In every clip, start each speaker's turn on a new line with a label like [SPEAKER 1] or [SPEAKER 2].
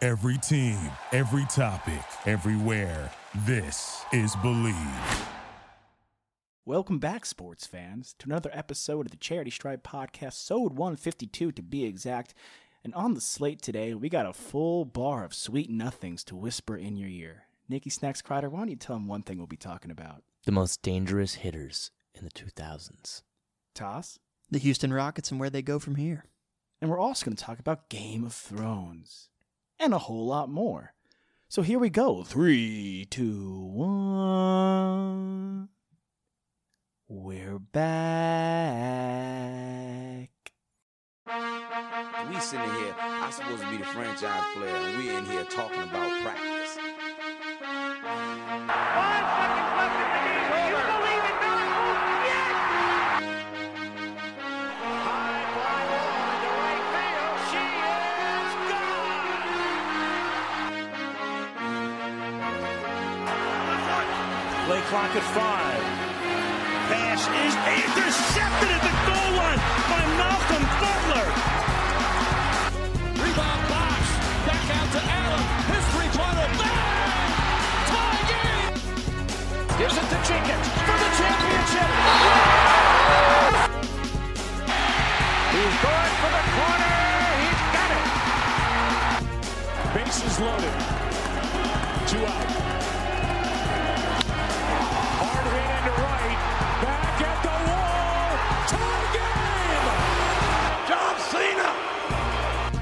[SPEAKER 1] Every team, every topic, everywhere. This is Believe.
[SPEAKER 2] Welcome back, sports fans, to another episode of the Charity Stripe Podcast, Sode 152 to be exact. And on the slate today, we got a full bar of sweet nothings to whisper in your ear. Nikki Snacks Crider, why don't you tell them one thing we'll be talking about?
[SPEAKER 3] the most dangerous hitters in the 2000s.
[SPEAKER 2] Toss?
[SPEAKER 4] the Houston Rockets and where they go from here.
[SPEAKER 2] And we're also going to talk about Game of Thrones and a whole lot more. So here we go. Three, two, one. We're back.
[SPEAKER 5] We sitting here, I supposed to be the franchise player, and we're in here talking about practice.
[SPEAKER 6] Five seconds left in the game. Do you believe in miracles? Yes! High fly ball into right field. She is gone!
[SPEAKER 7] Play clock at five. Pass is intercepted at the goal line by Malcolm Butler. Rebound box. Back out to Allen. His three-pointer. Bang! Tie game. Gives it to Jenkins for the championship. He's going for the corner. He's got it. Base is loaded. Two out. Hard hit into right. Back at the wall. Tie game. John Cena.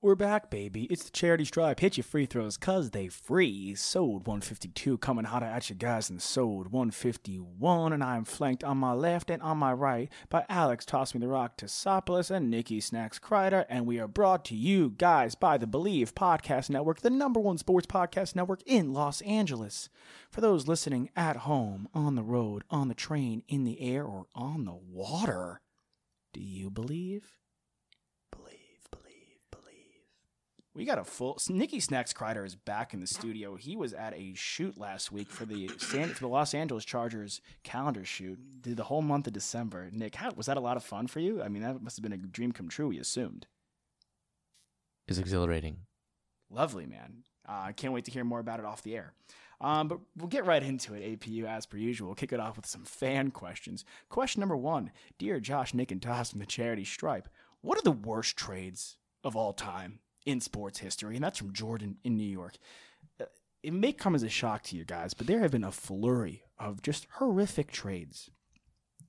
[SPEAKER 2] We're back, baby. It's the Charity Stripe. Hit your free throws, cause they free. Sold 152 coming hotter at you guys and sold 151. And I'm flanked on my left and on my right by Alex Toss Me the Rock Tosopoulos and Nikki Snacks Kreider. And we are brought to you guys by the Believe Podcast Network, the number one sports podcast network in Los Angeles. For those listening at home, on the road, on the train, in the air, or on the water, do you believe? Believe, believe, believe. We got a full. Nikki Snacks Kreider is back in the studio. He was at a shoot last week for the San, for the Los Angeles Chargers calendar shoot. Did the whole month of December. Nick, how, was that a lot of fun for you? I mean, that must have been a dream come true. We assumed.
[SPEAKER 3] Is exhilarating.
[SPEAKER 2] Lovely, man. I uh, can't wait to hear more about it off the air. Um, but we'll get right into it, APU, as per usual. We'll kick it off with some fan questions. Question number one Dear Josh, Nick, and Toss from the charity Stripe, what are the worst trades of all time in sports history? And that's from Jordan in New York. Uh, It may come as a shock to you guys, but there have been a flurry of just horrific trades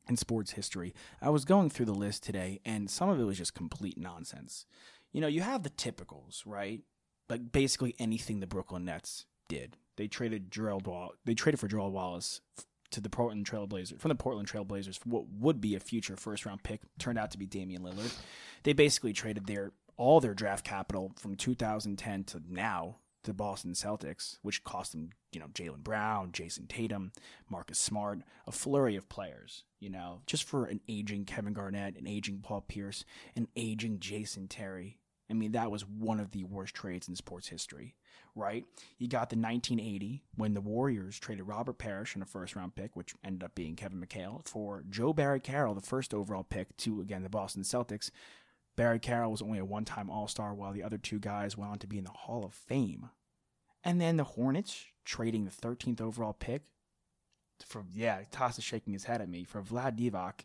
[SPEAKER 2] in sports history. I was going through the list today, and some of it was just complete nonsense. You know, you have the typicals, right? Like basically anything the Brooklyn Nets did. They traded Gerald Wall. They traded for Gerald Wallace f- to the Portland Trailblazers from the Portland Trailblazers for what would be a future first round pick turned out to be Damian Lillard. They basically traded their all their draft capital from 2010 to now to the Boston Celtics, which cost them, you know, Jalen Brown, Jason Tatum, Marcus Smart, a flurry of players, you know, just for an aging Kevin Garnett, an aging Paul Pierce, an aging Jason Terry. I mean, that was one of the worst trades in sports history, right? You got the 1980 when the Warriors traded Robert Parrish in a first round pick, which ended up being Kevin McHale, for Joe Barry Carroll, the first overall pick to, again, the Boston Celtics. Barry Carroll was only a one time All Star, while the other two guys went on to be in the Hall of Fame. And then the Hornets trading the 13th overall pick for, yeah, Toss is shaking his head at me, for Vlad Divac.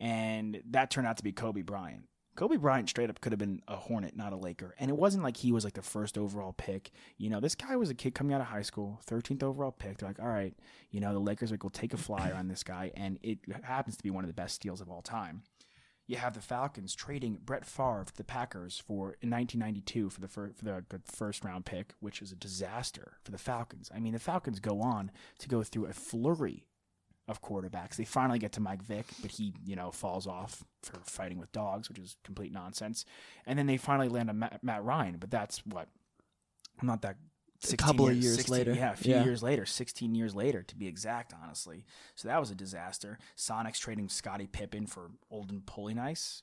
[SPEAKER 2] And that turned out to be Kobe Bryant. Kobe Bryant straight up could have been a Hornet, not a Laker. And it wasn't like he was like the first overall pick. You know, this guy was a kid coming out of high school, 13th overall pick. They're like, all right, you know, the Lakers like, will take a flyer on this guy. And it happens to be one of the best steals of all time you have the Falcons trading Brett Favre to the Packers for in 1992 for the fir- for the the first round pick, which is a disaster for the Falcons. I mean, the Falcons go on to go through a flurry of quarterbacks. They finally get to Mike Vick, but he, you know, falls off for fighting with dogs, which is complete nonsense. And then they finally land on Matt, Matt Ryan, but that's what I'm not that. 16
[SPEAKER 4] couple of years
[SPEAKER 2] 16
[SPEAKER 4] later.
[SPEAKER 2] yeah, a few
[SPEAKER 4] Yeah.
[SPEAKER 2] years later, 16 years later, to be exact, honestly. So that was a disaster. Sonics trading Scottie Pippen for Olden Pulley Nice,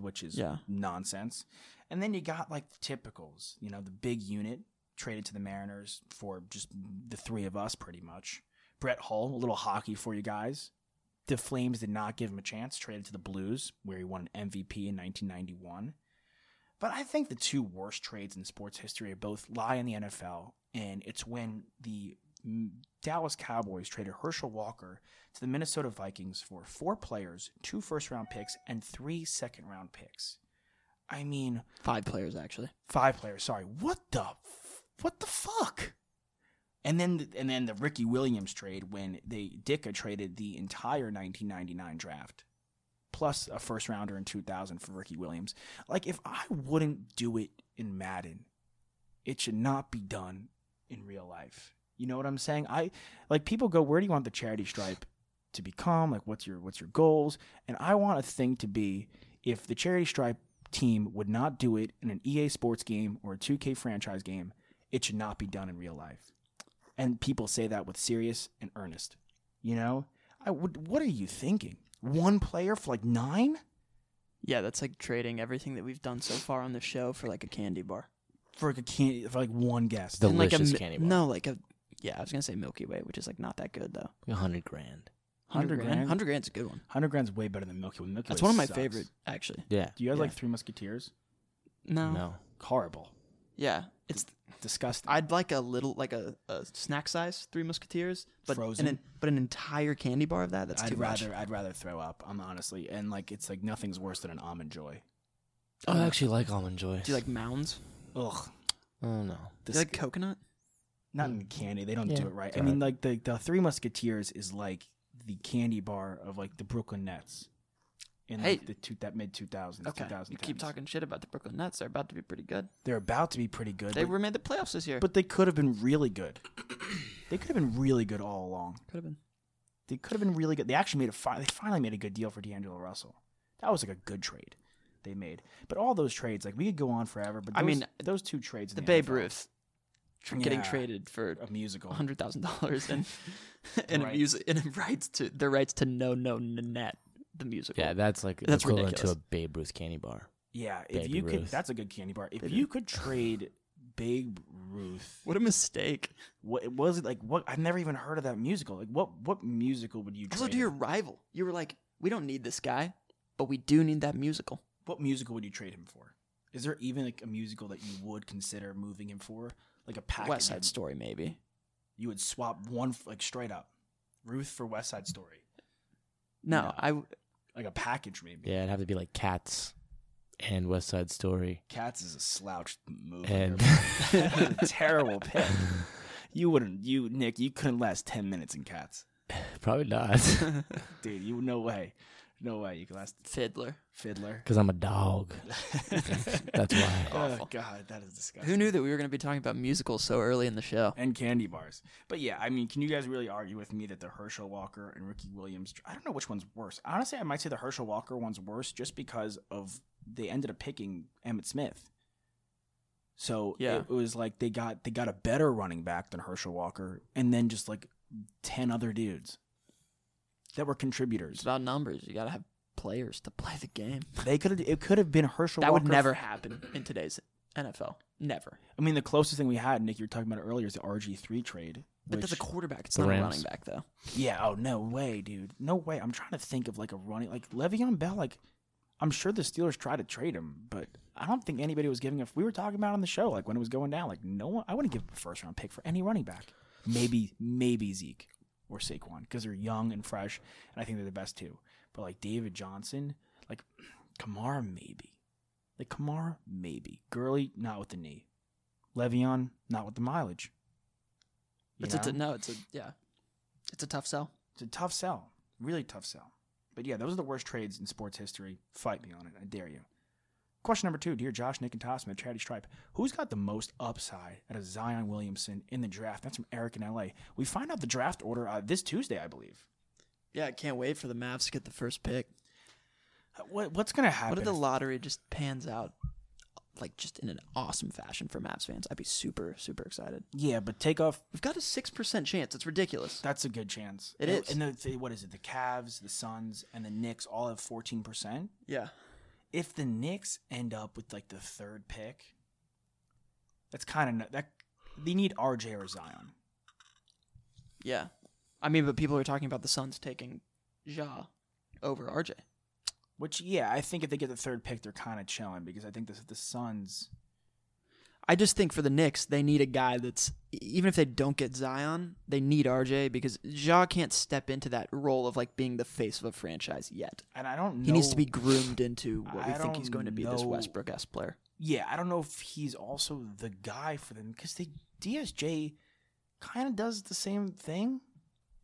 [SPEAKER 2] which is
[SPEAKER 4] Yeah.
[SPEAKER 2] nonsense. And then you got like the typicals, you know, the big unit traded to the Mariners for just the three of us, pretty much. Brett Hull, a little hockey for you guys. the Flames did not give him a chance, traded to the Blues, where he won an MVP in 1991. But I think the two worst trades in sports history are both lie in the NFL, and it's when the mm, Dallas Cowboys traded Herschel Walker to the Minnesota Vikings for four players, two first round picks, and three second round picks. I mean,
[SPEAKER 4] Five players, actually.
[SPEAKER 2] five players. Sorry, what the, f- what the fuck? And then and then the Ricky Williams trade when they Dicka traded the entire 1999 draft, plus a first rounder in 2000 for Ricky Williams. Like if I wouldn't do it in Madden, it should not be done in real life. You know what I'm saying? I like people go, where do you want the charity stripe to become? Like what's your what's your goals? And I want a thing to be if the charity stripe team would not do it in an EA sports game or a 2K franchise game, it should not be done in real life. And people say that with serious and earnest. You know? I would what are you thinking? One player for like nine?
[SPEAKER 4] Yeah, that's like trading everything that we've done so far on the show for like a candy bar.
[SPEAKER 2] For like a can for like one guest.
[SPEAKER 3] The-
[SPEAKER 4] And, like a
[SPEAKER 3] Delicious
[SPEAKER 4] mi-
[SPEAKER 3] candy bar.
[SPEAKER 4] No, like a yeah, I was gonna say Milky Way, which is like not that good though.
[SPEAKER 3] 100 grand.
[SPEAKER 2] Hundred grand?
[SPEAKER 4] Hundred grand's a good one.
[SPEAKER 2] Hundred grand's way better than Milky Way. Milky
[SPEAKER 4] That's
[SPEAKER 2] Way
[SPEAKER 4] one of my
[SPEAKER 2] sucks.
[SPEAKER 4] favorite actually.
[SPEAKER 3] Yeah.
[SPEAKER 2] Do you guys
[SPEAKER 4] Yeah.
[SPEAKER 2] like Three Musketeers?
[SPEAKER 4] No.
[SPEAKER 3] No.
[SPEAKER 2] Horrible.
[SPEAKER 4] Yeah, it's
[SPEAKER 2] Disgusting.
[SPEAKER 4] I'd like a little like a, a snack size Three Musketeers, but
[SPEAKER 2] Frozen?
[SPEAKER 4] an but an entire candy bar of that. That's
[SPEAKER 2] I'd
[SPEAKER 4] too
[SPEAKER 2] rather
[SPEAKER 4] much.
[SPEAKER 2] I'd rather throw up. I'm honestly and like it's like nothing's worse than an almond joy.
[SPEAKER 3] Oh, I actually like almond joys.
[SPEAKER 4] Oh, Do you like mounds?
[SPEAKER 2] Ugh,
[SPEAKER 3] Oh no.
[SPEAKER 4] Do you like coconut?
[SPEAKER 2] not
[SPEAKER 4] Mm.
[SPEAKER 2] in candy. They don't
[SPEAKER 3] Yeah,
[SPEAKER 2] do it right.
[SPEAKER 3] it's
[SPEAKER 2] I mean,
[SPEAKER 3] alright.
[SPEAKER 2] like the the Three Musketeers is like the candy bar of like the Brooklyn Nets in like
[SPEAKER 4] Hey.
[SPEAKER 2] the two, that mid 2000s.
[SPEAKER 4] Okay,
[SPEAKER 2] 2010s.
[SPEAKER 4] you keep talking shit about the Brooklyn Nets. They're about to be pretty good.
[SPEAKER 2] They're about to be pretty good.
[SPEAKER 4] They
[SPEAKER 2] but,
[SPEAKER 4] were made the playoffs this year.
[SPEAKER 2] but they could have been really good. They could have been really good all along.
[SPEAKER 4] could have been.
[SPEAKER 2] They could have been really good. They actually made a fi- they finally made a good deal for D'Angelo Russell. That was like a good trade they made. But all those trades, like we could go on forever. But
[SPEAKER 4] I
[SPEAKER 2] those,
[SPEAKER 4] mean,
[SPEAKER 2] those two trades, in
[SPEAKER 4] The
[SPEAKER 2] the
[SPEAKER 4] Babe
[SPEAKER 2] NFL,
[SPEAKER 4] Ruth tr- getting
[SPEAKER 2] Yeah.
[SPEAKER 4] traded for
[SPEAKER 2] a musical.
[SPEAKER 4] hundred thousand dollars and and
[SPEAKER 2] Right.
[SPEAKER 4] a music and a rights to their rights to no no net the musical.
[SPEAKER 3] Yeah, that's like
[SPEAKER 4] That's
[SPEAKER 3] equivalent
[SPEAKER 4] ridiculous.
[SPEAKER 3] to a Babe Ruth candy bar.
[SPEAKER 2] Yeah, if
[SPEAKER 3] Babe
[SPEAKER 2] you could,
[SPEAKER 3] Ruth.
[SPEAKER 2] that's a good candy bar. If you could trade Babe Ruth,
[SPEAKER 4] what a mistake.
[SPEAKER 2] what it was it like? What I've never even heard of that musical. Like, what what musical would you
[SPEAKER 4] Also,
[SPEAKER 2] trade?
[SPEAKER 4] to your rival, you were like, we don't need this guy, but we do need that musical.
[SPEAKER 2] what musical would you trade him for? Is there even like a musical that you would consider moving him for? Like a package.
[SPEAKER 4] West Side Story, maybe.
[SPEAKER 2] You would swap one f- like straight up, Ruth for West Side Story,
[SPEAKER 4] No,
[SPEAKER 2] No.
[SPEAKER 4] I. w-
[SPEAKER 2] like a package maybe.
[SPEAKER 3] Yeah, it'd have to be like Cats and West Side Story.
[SPEAKER 2] Cats is a slouched movie.
[SPEAKER 3] And-
[SPEAKER 2] That's a terrible pick. You wouldn't, you Nick, you couldn't last ten minutes in Cats,
[SPEAKER 3] Probably not.
[SPEAKER 2] dude. You no way, no way. You could last
[SPEAKER 4] Fiddler.
[SPEAKER 2] Fiddler.
[SPEAKER 3] Because I'm a dog. That's why.
[SPEAKER 2] Oh God, that is disgusting.
[SPEAKER 4] Who knew that we were going to be talking about musicals so early in the show?
[SPEAKER 2] And candy bars, but yeah, I mean, can you guys really argue with me that the Herschel Walker and Ricky Williams? I don't know which one's worse. Honestly, I might say the Herschel Walker one's worse just because of they ended up picking Emmett Smith. So
[SPEAKER 4] Yeah.
[SPEAKER 2] it was like they got they got a better running back than Herschel Walker, and then just like ten other dudes that were
[SPEAKER 4] It's
[SPEAKER 2] contributors.
[SPEAKER 4] about numbers. You got to have players to play the game.
[SPEAKER 2] They could have it could have been Herschel.
[SPEAKER 4] That would
[SPEAKER 2] Walker-
[SPEAKER 4] never happen in today's NFL. Never.
[SPEAKER 2] I mean, the closest thing we had, Nick, you were talking about it earlier, is the RG three trade.
[SPEAKER 4] But that's a
[SPEAKER 2] which-
[SPEAKER 4] quarterback. It's
[SPEAKER 3] The
[SPEAKER 4] not a
[SPEAKER 3] Rams.
[SPEAKER 4] running back, though.
[SPEAKER 2] Yeah. Oh no way, dude. No way. I'm trying to think of like a running like Le'Veon Bell. Like, I'm sure the Steelers tried to trade him, but I don't think anybody was giving. If we were talking about it on the show, like when it was going down, like no one. I wouldn't give a first round pick for any running back. Maybe maybe Zeke or Saquon because they're young and fresh, and I think they're the best too. But like David Johnson, like Kamara maybe, like Kamara maybe. Gurley not with the knee. Le'Veon not with the mileage. You
[SPEAKER 4] It's a t-
[SPEAKER 2] know?
[SPEAKER 4] no, it's a yeah. It's a tough sell.
[SPEAKER 2] It's a tough sell, really tough sell. But yeah, those are the worst trades in sports history. Fight me on it. I dare you. Question number two, dear Josh, Nick, and Tossman, Charity Stripe, who's got the most upside out of Zion Williamson in the draft? That's from Eric in LA. We find out the draft order uh, this Tuesday, I believe.
[SPEAKER 4] Yeah, I can't wait for the Mavs to get the first pick.
[SPEAKER 2] Uh, What, what's going to happen?
[SPEAKER 4] What if the
[SPEAKER 2] if-
[SPEAKER 4] lottery just pans out, like just in an awesome fashion for Mavs fans? I'd be super, super excited.
[SPEAKER 2] yeah, but take off.
[SPEAKER 4] We've got a six percent chance. It's ridiculous.
[SPEAKER 2] That's a good chance.
[SPEAKER 4] It is.
[SPEAKER 2] And the, what is it? The Cavs, the Suns, and the Knicks all have 14%.
[SPEAKER 4] Yeah,
[SPEAKER 2] if the Knicks end up with like the third pick, that's kind of that they need RJ or Zion.
[SPEAKER 4] yeah. I mean, but people are talking about the Suns taking Ja over RJ.
[SPEAKER 2] Which, yeah, I think if they get the third pick, they're kind of chilling because I think this, the Suns.
[SPEAKER 4] I just think for the Knicks, they need a guy that's e, even if they don't get Zion, they need RJ because Ja can't step into that role of like being the face of a franchise yet.
[SPEAKER 2] And I don't know.
[SPEAKER 4] He needs to be groomed into what we
[SPEAKER 2] I
[SPEAKER 4] think he's
[SPEAKER 2] don't
[SPEAKER 4] going to be this
[SPEAKER 2] know.
[SPEAKER 4] Westbrook S player.
[SPEAKER 2] Yeah, I don't know if he's also the guy for them because they DSJ kind of does the same thing.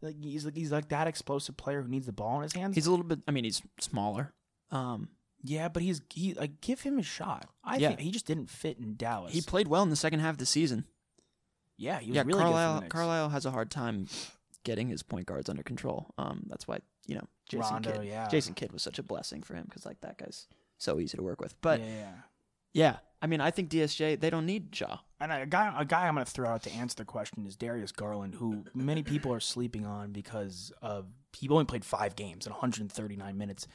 [SPEAKER 2] Like he's like he's like that explosive player who needs the ball in his hands.
[SPEAKER 4] He's a little bit. I mean, he's smaller. Um,
[SPEAKER 2] yeah, but he's he like give him a shot. I
[SPEAKER 4] Yeah.
[SPEAKER 2] think he just didn't fit in Dallas.
[SPEAKER 4] he played well in the second half of the season.
[SPEAKER 2] yeah, he was
[SPEAKER 4] Yeah,
[SPEAKER 2] really
[SPEAKER 4] Carlisle.
[SPEAKER 2] good. For the Knicks.
[SPEAKER 4] Carlisle has a hard time getting his point guards under control. Um, that's why you know Jason
[SPEAKER 2] Rondo,
[SPEAKER 4] Kidd.
[SPEAKER 2] yeah.
[SPEAKER 4] Jason Kidd was such a blessing for him because like that guy's so easy to work with. But
[SPEAKER 2] yeah, yeah.
[SPEAKER 4] yeah, I mean, I think DSJ they don't need Ja.
[SPEAKER 2] And a guy, a guy I'm going to throw out to answer the question is Darius Garland, who many people are sleeping on because of he only played five games in 139 minutes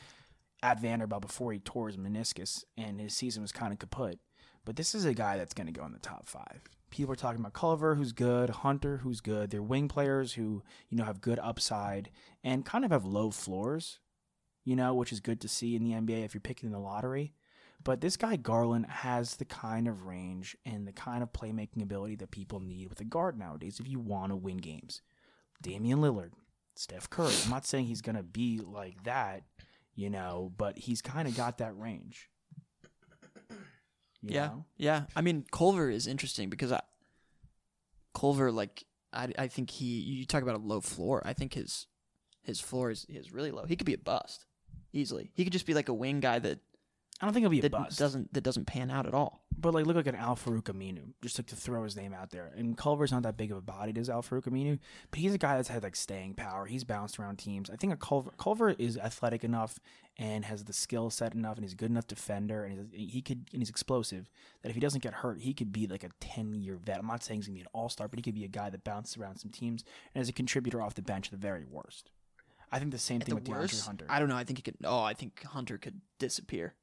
[SPEAKER 2] at Vanderbilt before he tore his meniscus, and his season was kind of kaput. But this is a guy that's going to go in the top five. People are talking about Culver, who's good, Hunter, who's good. They're wing players who you know have good upside and kind of have low floors, you know, which is good to see in the NBA if you're picking in the lottery. But this guy Garland has the kind of range and the kind of playmaking ability that people need with a guard nowadays if you want to win games. Damian Lillard, Steph Curry. I'm not saying he's gonna be like that, you know, but he's kind of got that range. You
[SPEAKER 4] yeah,
[SPEAKER 2] know?
[SPEAKER 4] yeah. I mean, Culver is interesting because I, Culver, like, I, I think he. You talk about a low floor. I think his his floor is is really low. He could be a bust easily. He could just be like a wing guy that
[SPEAKER 2] I don't think he'll be a
[SPEAKER 4] that
[SPEAKER 2] bust.
[SPEAKER 4] doesn't that doesn't pan out at all.
[SPEAKER 2] But like, look like an Al Farouk Aminu, just like to throw his name out there. And Culver's not that big of a body as Al Farouk Aminu, but he's a guy that's had like staying power. He's bounced around teams. I think a Culver Culver is athletic enough and has the skill set enough, and he's a good enough defender, and he's, he could and he's explosive. That if he doesn't get hurt, he could be like a ten year vet. I'm not saying he's gonna be an all star, but he could be a guy that bounces around some teams and is a contributor off the bench at the very worst. I think the same
[SPEAKER 4] At
[SPEAKER 2] thing
[SPEAKER 4] the
[SPEAKER 2] with DeAndre
[SPEAKER 4] worst,
[SPEAKER 2] Hunter.
[SPEAKER 4] I don't know. I think he could. Oh, I think Hunter could disappear.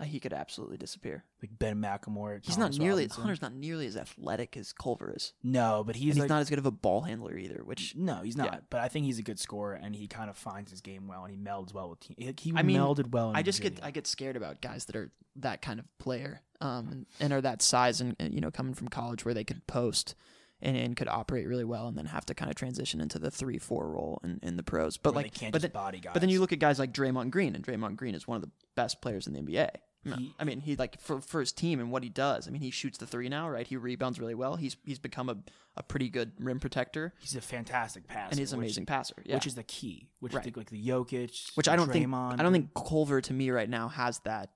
[SPEAKER 4] Uh, he could absolutely disappear.
[SPEAKER 2] like Ben McElmore.
[SPEAKER 4] He's
[SPEAKER 2] Thomas
[SPEAKER 4] not nearly
[SPEAKER 2] Robinson.
[SPEAKER 4] Hunter's not nearly as athletic as Culver is.
[SPEAKER 2] No, but
[SPEAKER 4] He's,
[SPEAKER 2] he's
[SPEAKER 4] and he's
[SPEAKER 2] like,
[SPEAKER 4] not as good of a ball handler either. Which
[SPEAKER 2] No, he's not.
[SPEAKER 4] Yeah.
[SPEAKER 2] But I think he's a good scorer, and he kind of finds his game well, and he melds well with team. He, he
[SPEAKER 4] I mean,
[SPEAKER 2] melded well. In
[SPEAKER 4] I just get
[SPEAKER 2] Virginia.
[SPEAKER 4] I get scared about guys that are that kind of player, um, and, and are that size and, and, you know coming from college where they could post, and, and could operate really well, and then have to kind of transition into the three four role in, in the pros. But
[SPEAKER 2] Where
[SPEAKER 4] like,
[SPEAKER 2] they can't
[SPEAKER 4] but
[SPEAKER 2] just
[SPEAKER 4] then,
[SPEAKER 2] body
[SPEAKER 4] But then
[SPEAKER 2] guys.
[SPEAKER 4] you look at guys like Draymond Green, and Draymond Green is one of the best players in the NBA. No,
[SPEAKER 2] He-
[SPEAKER 4] I mean, he like for, for his team and what he does. I mean, he shoots the three now, right? He rebounds really well. He's he's become a, a pretty good rim protector,
[SPEAKER 2] he's a fantastic passer,
[SPEAKER 4] and he's an
[SPEAKER 2] which-
[SPEAKER 4] amazing passer. Yeah.
[SPEAKER 2] which is the key. Which I
[SPEAKER 4] Right.
[SPEAKER 2] think like the Jokic,
[SPEAKER 4] which I don't think
[SPEAKER 2] Draymond,
[SPEAKER 4] I don't think Culver to me right now has that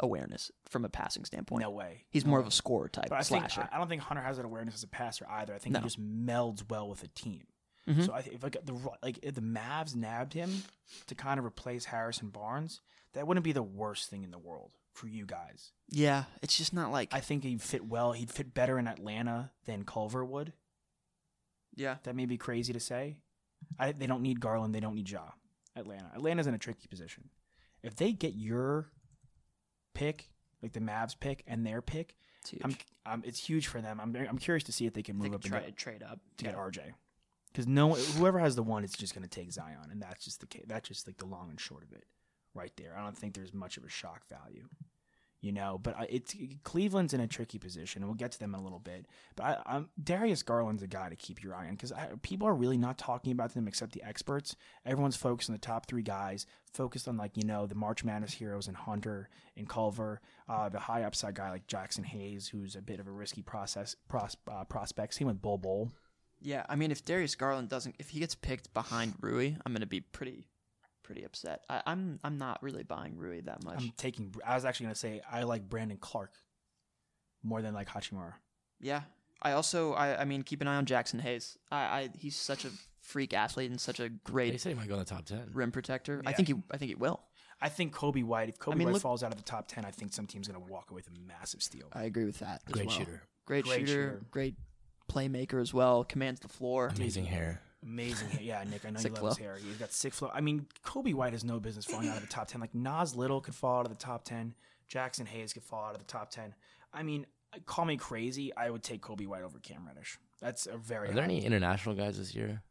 [SPEAKER 4] awareness from a passing standpoint.
[SPEAKER 2] No way.
[SPEAKER 4] He's more of a scorer type
[SPEAKER 2] But I think
[SPEAKER 4] slasher.
[SPEAKER 2] I, I don't think Hunter has that awareness as a passer either. I think he
[SPEAKER 4] No. Mm-hmm.
[SPEAKER 2] just melds well with a team. So I, if like the Ro- like if the Mavs nabbed him to kind of replace Harrison Barnes, that wouldn't be the worst thing in the world for you guys.
[SPEAKER 4] yeah, it's just not like
[SPEAKER 2] I think he'd fit well. He'd fit better in Atlanta than Culver would.
[SPEAKER 4] yeah.
[SPEAKER 2] That may be crazy to say. I, they don't need Garland. They don't need Ja. Atlanta. Atlanta's in a tricky position. If they get your pick, like the Mavs pick and their pick,
[SPEAKER 4] It's huge.
[SPEAKER 2] I'm, I'm, it's huge for them. I'm, very- I'm curious to see if they can
[SPEAKER 4] they
[SPEAKER 2] move up and
[SPEAKER 4] could try
[SPEAKER 2] get-
[SPEAKER 4] to trade up.
[SPEAKER 2] to get RJ. Because no, one- whoever has the one is just going to take Zion, and that's just the ca- that's just like the long and short of it, right there. I don't think there's much of a shock value, you know. But I, it's Cleveland's in a tricky position, and we'll get to them in a little bit. But I, I'm, Darius Garland's a guy to keep your eye on because people are really not talking about them except the experts. Everyone's focused on the top three guys, focused on like you know the March Madness heroes and Hunter and Culver, uh, the high upside guy like Jackson Hayes, who's a bit of a risky process pros, uh, prospect. Same with Bull Bull.
[SPEAKER 4] Yeah, I mean, if Darius Garland doesn't, if he gets picked behind Rui, I'm gonna be pretty, pretty upset. I, I'm I'm not really buying Rui that much.
[SPEAKER 2] I'm taking. I was actually gonna say I like Brandon Clark more than like Hachimura.
[SPEAKER 4] yeah, I also I, I mean keep an eye on Jackson Hayes. I, I he's such a freak athlete and such a
[SPEAKER 3] They
[SPEAKER 4] great
[SPEAKER 3] said he might go in the top ten.
[SPEAKER 4] rim protector. I
[SPEAKER 2] Yeah.
[SPEAKER 4] think he I think he will.
[SPEAKER 2] I think Kobe White. If Kobe
[SPEAKER 4] mean,
[SPEAKER 2] White
[SPEAKER 4] look- Uh,
[SPEAKER 2] falls out of the top ten, I think some team's gonna walk away with a massive steal.
[SPEAKER 4] I agree with that. as
[SPEAKER 3] Great
[SPEAKER 4] well.
[SPEAKER 3] shooter.
[SPEAKER 4] Great,
[SPEAKER 2] Great
[SPEAKER 4] shooter,
[SPEAKER 2] shooter.
[SPEAKER 4] Great playmaker as well. Commands the floor.
[SPEAKER 3] Amazing hair.
[SPEAKER 2] Amazing, hair. yeah, Nick. I know you
[SPEAKER 4] Sick
[SPEAKER 2] love
[SPEAKER 4] flow.
[SPEAKER 2] his hair. He's got sick flow. I mean, Kobe White has no business falling out of the top ten. Like Nas Little could fall out of the top ten. Jackson Hayes could fall out of the top ten. I mean, call me crazy. I would take Kobe White over Cam Reddish. That's a very.
[SPEAKER 3] Are there
[SPEAKER 2] high-
[SPEAKER 3] any international guys this year?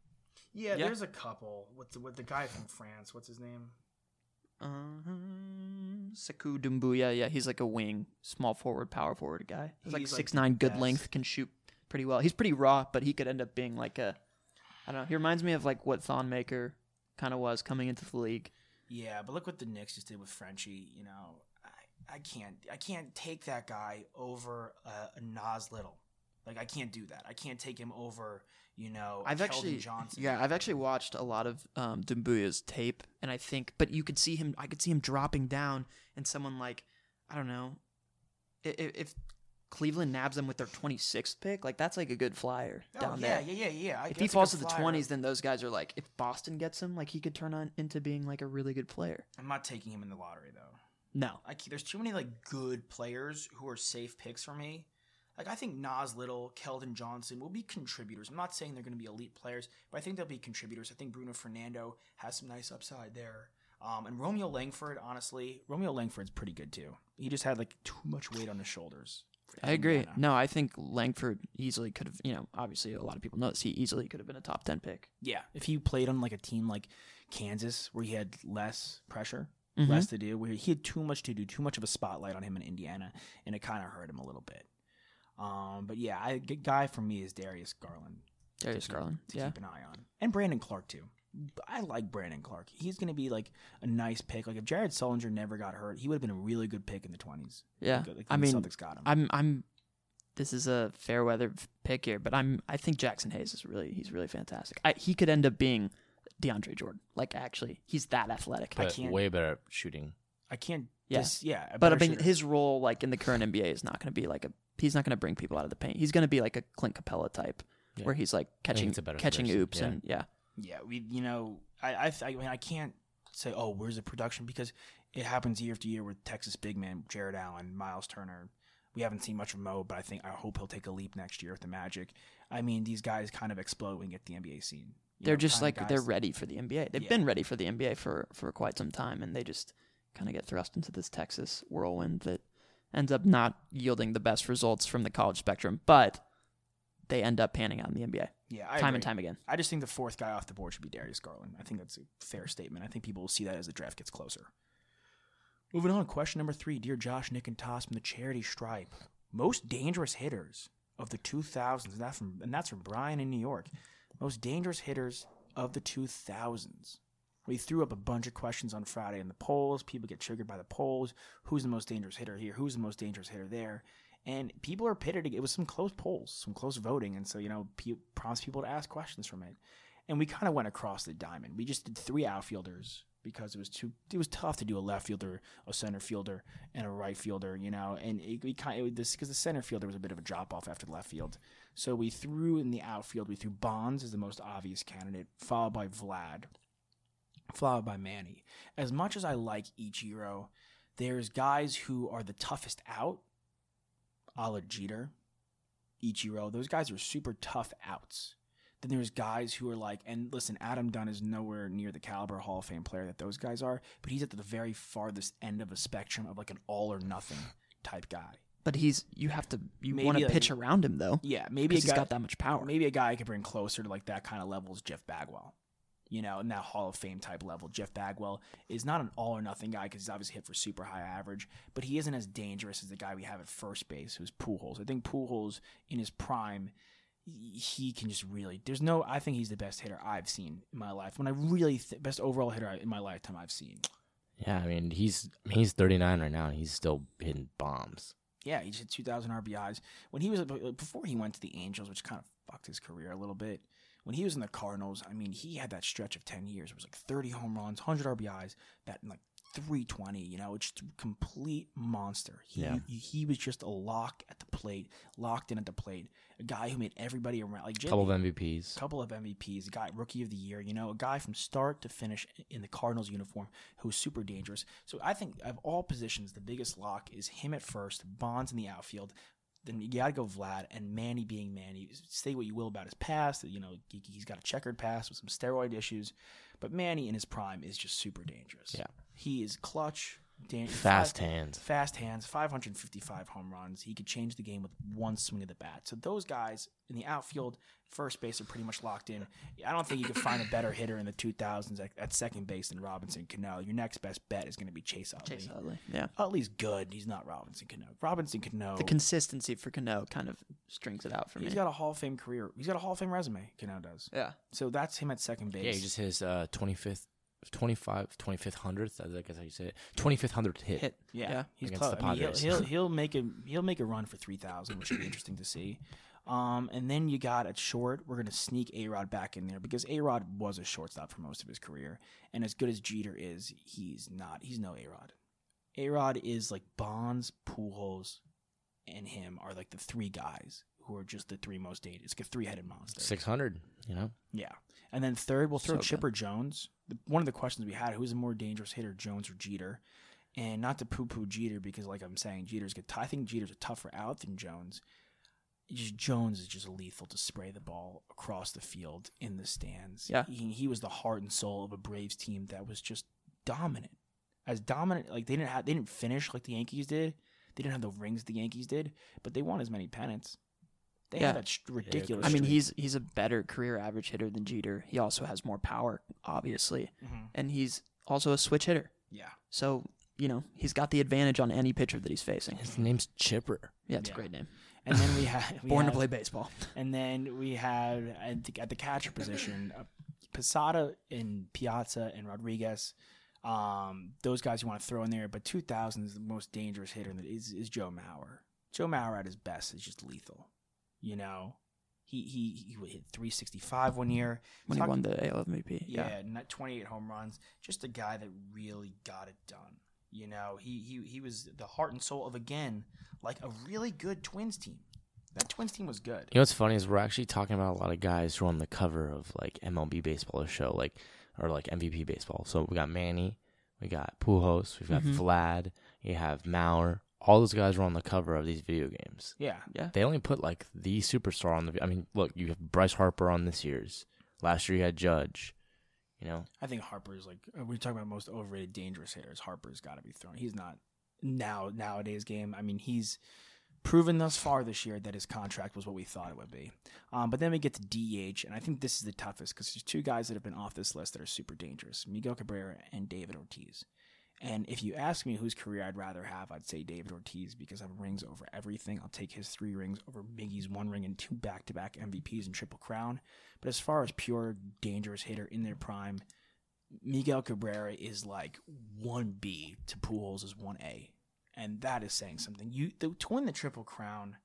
[SPEAKER 2] Yeah,
[SPEAKER 4] Yeah.
[SPEAKER 2] there's a couple with the, with the guy from France. What's his name?
[SPEAKER 4] Um, Sekou Dumbuya, yeah, he's like a wing, small forward, power forward guy. He's, like
[SPEAKER 2] He's, like,
[SPEAKER 4] six nine,
[SPEAKER 2] the
[SPEAKER 4] good
[SPEAKER 2] best.
[SPEAKER 4] length, can shoot pretty well. He's pretty raw, but he could end up being like a, I don't know. He reminds me of like what Thonmaker kind of was coming into the league.
[SPEAKER 2] Yeah, but look what the Knicks just did with Frenchie. You know, I, I can't I can't take that guy over a, a Nas Little. Like I can't do that. I can't take him over. You know,
[SPEAKER 4] I've
[SPEAKER 2] Keldon
[SPEAKER 4] actually,
[SPEAKER 2] Johnson.
[SPEAKER 4] yeah, I've actually watched a lot of um, Dumbuya's tape, and I think, but you could see him, I could see him dropping down, and someone like, I don't know, i- i- if Cleveland nabs him with their twenty sixth pick, like that's like a good flyer
[SPEAKER 2] Oh,
[SPEAKER 4] down
[SPEAKER 2] yeah,
[SPEAKER 4] there.
[SPEAKER 2] yeah, yeah, yeah. I-
[SPEAKER 4] if he
[SPEAKER 2] that's a
[SPEAKER 4] falls to
[SPEAKER 2] good
[SPEAKER 4] the
[SPEAKER 2] flyer.
[SPEAKER 4] twenties, then those guys are like, if Boston gets him, like he could turn on into being like a really good player.
[SPEAKER 2] I'm not taking him in the lottery though.
[SPEAKER 4] No,
[SPEAKER 2] Like there's too many like good players who are safe picks for me. Like I think Nas Little, Keldon Johnson will be contributors. I'm not saying they're going to be elite players, but I think they'll be contributors. I think Bruno Fernando has some nice upside there. Um, and Romeo Langford, honestly, Romeo Langford's pretty good too. He just had like too much weight on his shoulders.
[SPEAKER 4] I agree.
[SPEAKER 2] Indiana.
[SPEAKER 4] No, I think Langford easily could have. You know, obviously a lot of people know this. He easily could have been a top ten pick.
[SPEAKER 2] Yeah, if he played on like a team like Kansas where he had less pressure,
[SPEAKER 4] Mm-hmm.
[SPEAKER 2] less to do, where he had too much to do, too much of a spotlight on him in Indiana, and it kind of hurt him a little bit. Um, but yeah, I, good guy for me is Darius Garland
[SPEAKER 4] Darius
[SPEAKER 2] keep-
[SPEAKER 4] Garland.
[SPEAKER 2] to
[SPEAKER 4] Yeah,
[SPEAKER 2] keep an eye on, and Brandon Clark too. I like Brandon Clark. He's going to be like a nice pick. Like if Jared Sullinger never got hurt, he would have been a really good pick in the twenties.
[SPEAKER 4] yeah.
[SPEAKER 2] like, like
[SPEAKER 4] I
[SPEAKER 2] the
[SPEAKER 4] mean,
[SPEAKER 2] Celtics got him.
[SPEAKER 4] I'm I'm this is a fair weather f- pick here, but I'm I think Jackson Hayes is really he's really fantastic. I, he could end up being DeAndre Jordan. Like actually, he's that athletic.
[SPEAKER 2] I
[SPEAKER 3] But
[SPEAKER 2] can't-
[SPEAKER 3] way better at shooting.
[SPEAKER 2] I can't.
[SPEAKER 4] Yeah.
[SPEAKER 2] Dis- yeah. a
[SPEAKER 4] but I
[SPEAKER 2] better
[SPEAKER 4] mean,
[SPEAKER 2] shooter.
[SPEAKER 4] his role like in the current NBA is not going to be like a he's not going to bring people out of the paint. He's going to be like a Clint Capella type,
[SPEAKER 3] Yeah.
[SPEAKER 4] where he's like catching
[SPEAKER 3] it's a better
[SPEAKER 4] catching
[SPEAKER 3] comparison,
[SPEAKER 4] oops
[SPEAKER 3] yeah.
[SPEAKER 4] and yeah.
[SPEAKER 2] Yeah, we you know I I, I mean I can't say oh where's the production because it happens year after year with Texas big man Jared Allen, Miles Turner. We haven't seen much of Mo, but I think I hope he'll take a leap next year with the Magic. I mean these guys kind of explode when you get the NBA scene. You
[SPEAKER 4] They're
[SPEAKER 2] know,
[SPEAKER 4] just
[SPEAKER 2] kinda
[SPEAKER 4] like they're
[SPEAKER 2] guys-
[SPEAKER 4] ready for the NBA. They've
[SPEAKER 2] Yeah.
[SPEAKER 4] been ready for the NBA for for quite some time, and they just kind of get thrust into this Texas whirlwind that ends up not yielding the best results from the college spectrum, but they end up panning out in the NBA
[SPEAKER 2] yeah I
[SPEAKER 4] time
[SPEAKER 2] agree.
[SPEAKER 4] and time again.
[SPEAKER 2] I just think the fourth guy off the board should be Darius Garland. I think that's a fair statement. I think people will see that as the draft gets closer. Moving on, question number three. Dear Josh, Nick, and Toss from the charity stripe. Most dangerous hitters of the 2000s. And, that from, and that's from Brian in New York. Most dangerous hitters of the 2000s. We threw up a bunch of questions on Friday in the polls. People get triggered by the polls. Who's the most dangerous hitter here? Who's the most dangerous hitter there? And people are pitted. It was some close polls, some close voting, and so you know, pe- prompts people to ask questions from it. And we kind of went across the diamond. We just did three outfielders because it was too. It was tough to do a left fielder, a center fielder, and a right fielder. You know, and it, we kind of this because the center fielder was a bit of a drop off after the left field. So we threw in the outfield. We threw Bonds as the most obvious candidate, followed by Vlad, followed by Manny. As much as I like Ichiro, there's guys who are the toughest out, a la Jeter, Ichiro. Those guys are super tough outs. Then there's guys who are like, and listen, Adam Dunn is nowhere near the caliber Hall of Fame player that those guys are, but he's at the very farthest end of a spectrum of like an all or nothing type guy.
[SPEAKER 4] But he's you have to you
[SPEAKER 2] Maybe,
[SPEAKER 4] want to
[SPEAKER 2] like-
[SPEAKER 4] pitch around him though.
[SPEAKER 2] Yeah,
[SPEAKER 4] Maybe
[SPEAKER 2] maybe a
[SPEAKER 4] he's
[SPEAKER 2] guy,
[SPEAKER 4] got that much power.
[SPEAKER 2] Maybe a guy I could bring closer to like that kind of level is Jeff Bagwell. You know, in that Hall of Fame type level, Jeff Bagwell is not an all or nothing guy because he's obviously hit for super high average, but he isn't as dangerous as the guy we have at first base, who's Pujols. I think Pujols in his prime, he- he can just really. There's no. I think he's the best hitter I've seen in my life. When I really th- best overall hitter I- in my lifetime I've seen.
[SPEAKER 3] Yeah, I mean he's I mean, he's 39 right now. and He's still hitting bombs.
[SPEAKER 2] Yeah, he just hit 2,000 RBIs. When he was before he went to the Angels, which kind of fucked his career a little bit. When he was in the Cardinals, I mean, he had that stretch of 10 years. It was like 30 home runs, 100 RBIs, that like 320, you know, it's just a complete monster. He,
[SPEAKER 3] Yeah.
[SPEAKER 2] he was just a lock at the plate, locked in at the plate. A guy who made everybody around like Jimmy-
[SPEAKER 3] Couple of MVPs.
[SPEAKER 2] couple of MVPs, a guy rookie of the year, you know, a guy from start to finish in the Cardinals uniform who's super dangerous. So I think of all positions, the biggest lock is him at first, Bonds in the outfield. Then you gotta go Vlad and Manny being Manny. Say what you will about his past, you know, he- he's got a checkered past with some steroid issues, but Manny in his prime is just super dangerous.
[SPEAKER 3] Yeah.
[SPEAKER 2] he is clutch. Dan-
[SPEAKER 3] Fast
[SPEAKER 2] five-
[SPEAKER 3] hands.
[SPEAKER 2] Fast hands, 555 home runs. He could change the game with one swing of the bat. So those guys in the outfield, first base are pretty much locked in. I don't think you could find a better hitter in the 2000s at, at second base than Robinson Cano. Your next best bet is going to be Chase Utley.
[SPEAKER 4] Chase Utley. Yeah.
[SPEAKER 2] Utley's good. He's not Robinson Cano. Robinson Cano.
[SPEAKER 4] The consistency for Cano kind of strings it out for me.
[SPEAKER 2] Oh. He's got a Hall of Fame career. He's got a Hall of Fame resume. Cano does.
[SPEAKER 4] yeah.
[SPEAKER 2] So that's him at second base.
[SPEAKER 3] Yeah, he just hit his uh, 25th, 25, 25th hundredth. I guess how you say it. 25th hundredth hit.
[SPEAKER 4] Hit.
[SPEAKER 2] Yeah,
[SPEAKER 4] Yeah.
[SPEAKER 2] he's
[SPEAKER 3] Against
[SPEAKER 2] close.
[SPEAKER 3] the
[SPEAKER 2] I mean, he'll,
[SPEAKER 3] Padres.
[SPEAKER 2] he'll he'll make a he'll make a run for three thousand, which would be interesting to see. Um, and then you got at short. We're gonna sneak A Rod back in there because A Rod was a shortstop for most of his career, and as good as Jeter is, he's not. He's no A Rod. A Rod is like Bonds, Pujols, and him are like the three guys who are just the three most dated. It's like a three headed monster.
[SPEAKER 3] 600, you know?
[SPEAKER 2] Yeah. And then third, we'll throw
[SPEAKER 4] So good.
[SPEAKER 2] Chipper Jones. The- One of the questions we had, who's a more dangerous hitter, Jones or Jeter? And not to poo-poo Jeter because, like I'm saying, Jeter's good. I think Jeter's a tougher out than Jones. It's Just Jones is just lethal to spray the ball across the field in the stands.
[SPEAKER 4] Yeah.
[SPEAKER 2] he, he was the heart and soul of a Braves team that was just dominant, as dominant. Like they didn't have, they didn't finish like the Yankees did. They didn't have the rings the Yankees did, but they won as many pennants. They
[SPEAKER 4] Yeah.
[SPEAKER 2] had that sh- ridiculous.
[SPEAKER 4] I mean,
[SPEAKER 2] streak.
[SPEAKER 4] he's he's a better career average hitter than Jeter. He also has more power, obviously, and he's also a switch hitter.
[SPEAKER 2] Mm-hmm. yeah.
[SPEAKER 4] So you know he's got the advantage on any pitcher that he's facing.
[SPEAKER 3] His name's Chipper.
[SPEAKER 4] Yeah, it's
[SPEAKER 2] Yeah.
[SPEAKER 4] a great name.
[SPEAKER 2] And then we had we
[SPEAKER 4] Born
[SPEAKER 2] had,
[SPEAKER 4] to play baseball.
[SPEAKER 2] And then we had at the, at the catcher position, uh, Posada and Piazza and Rodriguez. Um, those guys you want to throw in there, but 2000 is the most dangerous hitter in the, is is Joe Mauer. Joe Mauer at his best is just lethal. You know, he he he would hit 365 one year
[SPEAKER 4] when
[SPEAKER 2] Talk-
[SPEAKER 4] he won the AL MVP. Yeah.
[SPEAKER 2] yeah, not 28 home runs. Just a guy that really got it done. You know, he he he was the heart and soul of again like a really good Twins team. That Twins team was good.
[SPEAKER 3] You know what's funny is we're actually talking about a lot of guys who are on the cover of like MLB baseball show, like or like MVP baseball. So we got Manny, we got Pujols, we've got
[SPEAKER 4] Mhm.
[SPEAKER 3] Vlad, you have Maurer. All those guys were on the cover of these video games.
[SPEAKER 2] Yeah,
[SPEAKER 3] They only put like the superstar on the. I mean, look, you have Bryce Harper on this year's. Last year you had Judge. You know,
[SPEAKER 2] I think Harper's like we're talking about most overrated dangerous hitters. Harper's got to be thrown. He's not now nowadays game. I mean, he's proven thus far this year that his contract was what we thought it would be. Um, but then we get to DH, and I think this is the toughest because there's two guys that have been off this list that are super dangerous: Miguel Cabrera and David Ortiz. And if you ask me whose career I'd rather have, I'd say David Ortiz because I'm rings over everything. I'll take his three rings over Miggy's one ring and two back-to-back MVPs and triple crown. But as far as pure dangerous hitter in their prime, Miguel Cabrera is like one B to Pujols is one A, and that is saying something. You the, to win the triple crown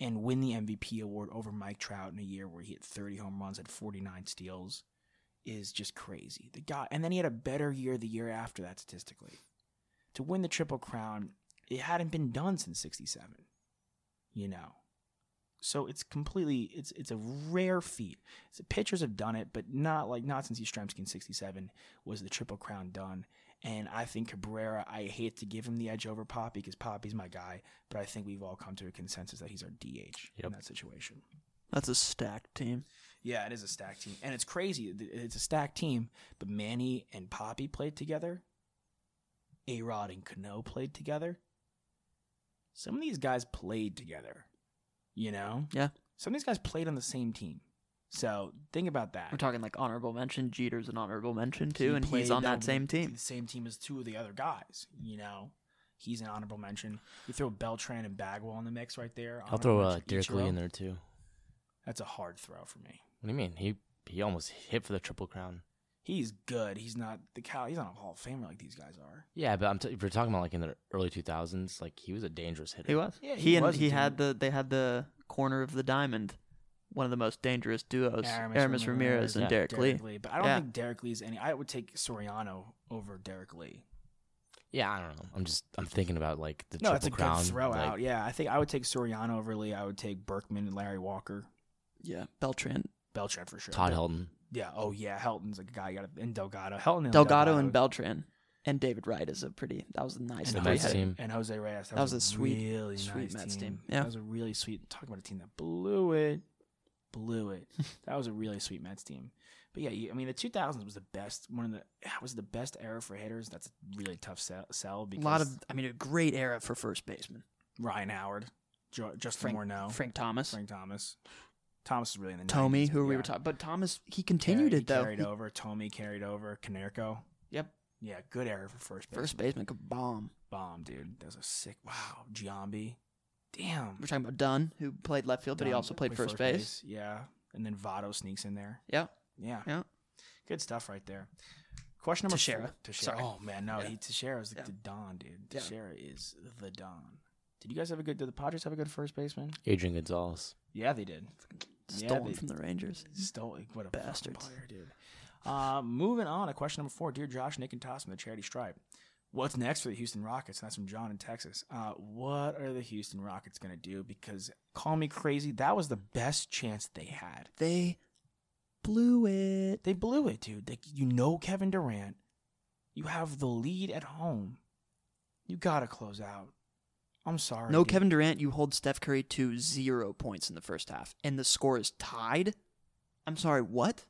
[SPEAKER 2] and win the MVP award over Mike Trout in a year where he hit 30 home runs and 49 steals is just crazy. The guy, and then he had a better year the year after that statistically. To win the triple crown, it hadn't been done since '67. You know, so it's completely it's it's a rare feat. So pitchers have done it, but not like not since Yastrzemski in '67 was the Triple Crown done. And I think Cabrera, I hate to give him the edge over Pop because Poppy's my guy, but I think we've all come to a consensus that he's our DH in
[SPEAKER 3] Yep.
[SPEAKER 2] that situation.
[SPEAKER 4] That's a stacked team.
[SPEAKER 2] Yeah, it is a stacked team, and it's crazy. Th- It's a stacked team, but Manny and Poppy played together. A Rod and Cano played together. Some of these guys played together, you know.
[SPEAKER 4] Yeah.
[SPEAKER 2] Some of these guys played on the same team. So think about that.
[SPEAKER 4] We're talking like honorable mention. Jeter's an honorable mention too,
[SPEAKER 2] He
[SPEAKER 4] and
[SPEAKER 2] played
[SPEAKER 4] he's on that
[SPEAKER 2] would
[SPEAKER 4] same
[SPEAKER 2] be
[SPEAKER 4] team.
[SPEAKER 2] The same team as two of the other guys. You know, he's an honorable mention. You throw Beltran and Bagwell in the mix right
[SPEAKER 4] Oh,
[SPEAKER 2] there.
[SPEAKER 3] I'll throw uh,
[SPEAKER 2] honorable mention.
[SPEAKER 3] Derek Lee
[SPEAKER 2] Ichiro,
[SPEAKER 3] in there too.
[SPEAKER 2] That's a hard throw for me.
[SPEAKER 3] What do you mean? He he almost hit for the triple crown.
[SPEAKER 2] He's good. He's not the cow. He's not a Hall of Famer like these guys are.
[SPEAKER 3] Yeah, but I'm t- if we're talking about like in the early 2000s, like he was a dangerous hitter.
[SPEAKER 4] He was.
[SPEAKER 2] Yeah,
[SPEAKER 4] he
[SPEAKER 2] he
[SPEAKER 4] and
[SPEAKER 2] was a
[SPEAKER 4] he
[SPEAKER 2] dude.
[SPEAKER 4] had the they had the corner of the diamond, one of the most dangerous duos. Aramis, Ramirez, and
[SPEAKER 3] yeah,
[SPEAKER 4] Derek, Lee.
[SPEAKER 2] But I don't
[SPEAKER 4] Yeah.
[SPEAKER 2] think Derek Lee's any. I would take Soriano over Derek Lee.
[SPEAKER 3] Yeah, I don't know. I'm just I'm thinking about like the
[SPEAKER 2] No,
[SPEAKER 3] triple
[SPEAKER 2] that's a
[SPEAKER 3] crown.
[SPEAKER 2] good throw
[SPEAKER 3] like,
[SPEAKER 2] out. Yeah, I think I would take Soriano over Lee. I would take Berkman and Larry Walker.
[SPEAKER 4] Yeah, Beltran,
[SPEAKER 2] Beltran for sure.
[SPEAKER 3] Todd Helton.
[SPEAKER 2] Yeah. Oh yeah, Helton's a guy. You got and Delgado. Helton and
[SPEAKER 4] Delgado, and Beltran, and David Wright is a pretty. That was a nice.
[SPEAKER 2] and
[SPEAKER 3] the
[SPEAKER 4] three
[SPEAKER 3] Mets
[SPEAKER 2] Jose-
[SPEAKER 4] headed-
[SPEAKER 3] team.
[SPEAKER 2] and Jose Reyes. That,
[SPEAKER 4] That
[SPEAKER 2] was,
[SPEAKER 4] was a
[SPEAKER 2] a
[SPEAKER 4] sweet-
[SPEAKER 2] really
[SPEAKER 4] sweet
[SPEAKER 2] nice
[SPEAKER 4] Mets
[SPEAKER 2] team.
[SPEAKER 4] team. Yeah.
[SPEAKER 2] that was a really sweet. Talking about a team that blew it, blew it. that was a really sweet Mets team. But yeah, you, I mean, the 2000s was the best one of the was the best era for hitters. That's a really tough sell, sell
[SPEAKER 4] A
[SPEAKER 2] because
[SPEAKER 4] lot of, I mean, a great era for first baseman.
[SPEAKER 2] Ryan Howard, jo- Justin
[SPEAKER 4] Frank,
[SPEAKER 2] Morneau, Frank,
[SPEAKER 4] Frank Thomas,
[SPEAKER 2] Thomas. Thomas is really in the
[SPEAKER 4] Tommy,
[SPEAKER 2] 90s,
[SPEAKER 4] who we
[SPEAKER 2] yeah.
[SPEAKER 4] were talking, but Thomas he continued
[SPEAKER 2] Carried-
[SPEAKER 4] it though.
[SPEAKER 2] Carried
[SPEAKER 4] He-
[SPEAKER 2] over. Tommy carried over. Canerco.
[SPEAKER 4] Yep,
[SPEAKER 2] Yeah, good era for first base.
[SPEAKER 4] first baseman could bomb.
[SPEAKER 2] bomb, dude. That was a sick. Wow, Giambi. Damn.
[SPEAKER 4] We're talking about Dunn, who played left field, but he
[SPEAKER 2] Dunn
[SPEAKER 4] also played first base.
[SPEAKER 2] Um, Yeah, and then Votto sneaks in there.
[SPEAKER 4] Yeah,
[SPEAKER 2] Yeah,
[SPEAKER 4] yeah.
[SPEAKER 2] good stuff right there. Question number
[SPEAKER 4] Teixeira.
[SPEAKER 2] Four. Teixeira.
[SPEAKER 4] Sorry.
[SPEAKER 2] Oh man, no, he Teixeira is like
[SPEAKER 4] Yeah.
[SPEAKER 2] the Don, dude.
[SPEAKER 4] Yeah.
[SPEAKER 2] Teixeira is the Don. Did you guys have a good? Did the Padres have a good first baseman?
[SPEAKER 3] Adrian Gonzalez.
[SPEAKER 2] Yeah, they did. Yeah,
[SPEAKER 4] Stolen
[SPEAKER 2] they-
[SPEAKER 4] from the Rangers.
[SPEAKER 2] Stole what a bastard
[SPEAKER 4] Bastards.
[SPEAKER 2] player, dude. Uh, moving on to question number four, dear Josh, Nick, and Toss from the Charity Stripe. What's next for the Houston Rockets? And that's from John in Texas. Uh, what are the Houston Rockets going to do? Because call me crazy, that was the best chance they had.
[SPEAKER 4] They blew it.
[SPEAKER 2] They blew it, dude. Like you know, Kevin Durant, you have the lead at home. You gotta close out. I'm sorry.
[SPEAKER 4] No
[SPEAKER 2] dude.
[SPEAKER 4] Kevin Durant, you hold Steph Curry to zero points in the first half, and the score is tied. I'm sorry, what?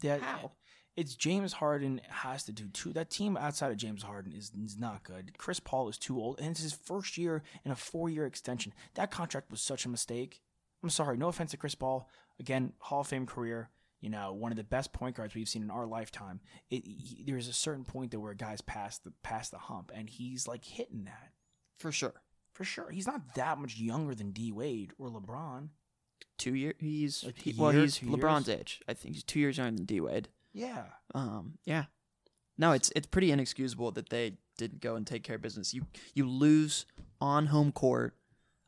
[SPEAKER 2] That,
[SPEAKER 4] How?
[SPEAKER 2] It's James Harden has to do two. That team outside of James Harden is, is not good. Chris Paul is too old, and it's his first year in a four year extension. That contract was such a mistake. I'm sorry. No offense to Chris Paul. Again, Hall of Fame career. You know, one of the best point guards we've seen in our lifetime. It, he- there's a certain point that where guys pass the past the hump, and he's like hitting that
[SPEAKER 4] For sure.
[SPEAKER 2] for sure. He's not that much younger than D Wade or LeBron.
[SPEAKER 4] Two years. He's
[SPEAKER 2] Like
[SPEAKER 4] he-
[SPEAKER 2] a
[SPEAKER 4] well,
[SPEAKER 2] year,
[SPEAKER 4] he's
[SPEAKER 2] two
[SPEAKER 4] LeBron's
[SPEAKER 2] years?
[SPEAKER 4] age. I think he's two years younger than D Wade.
[SPEAKER 2] Yeah,
[SPEAKER 4] Um, yeah. No, it's it's pretty inexcusable that they didn't go and take care of business. You you lose on home court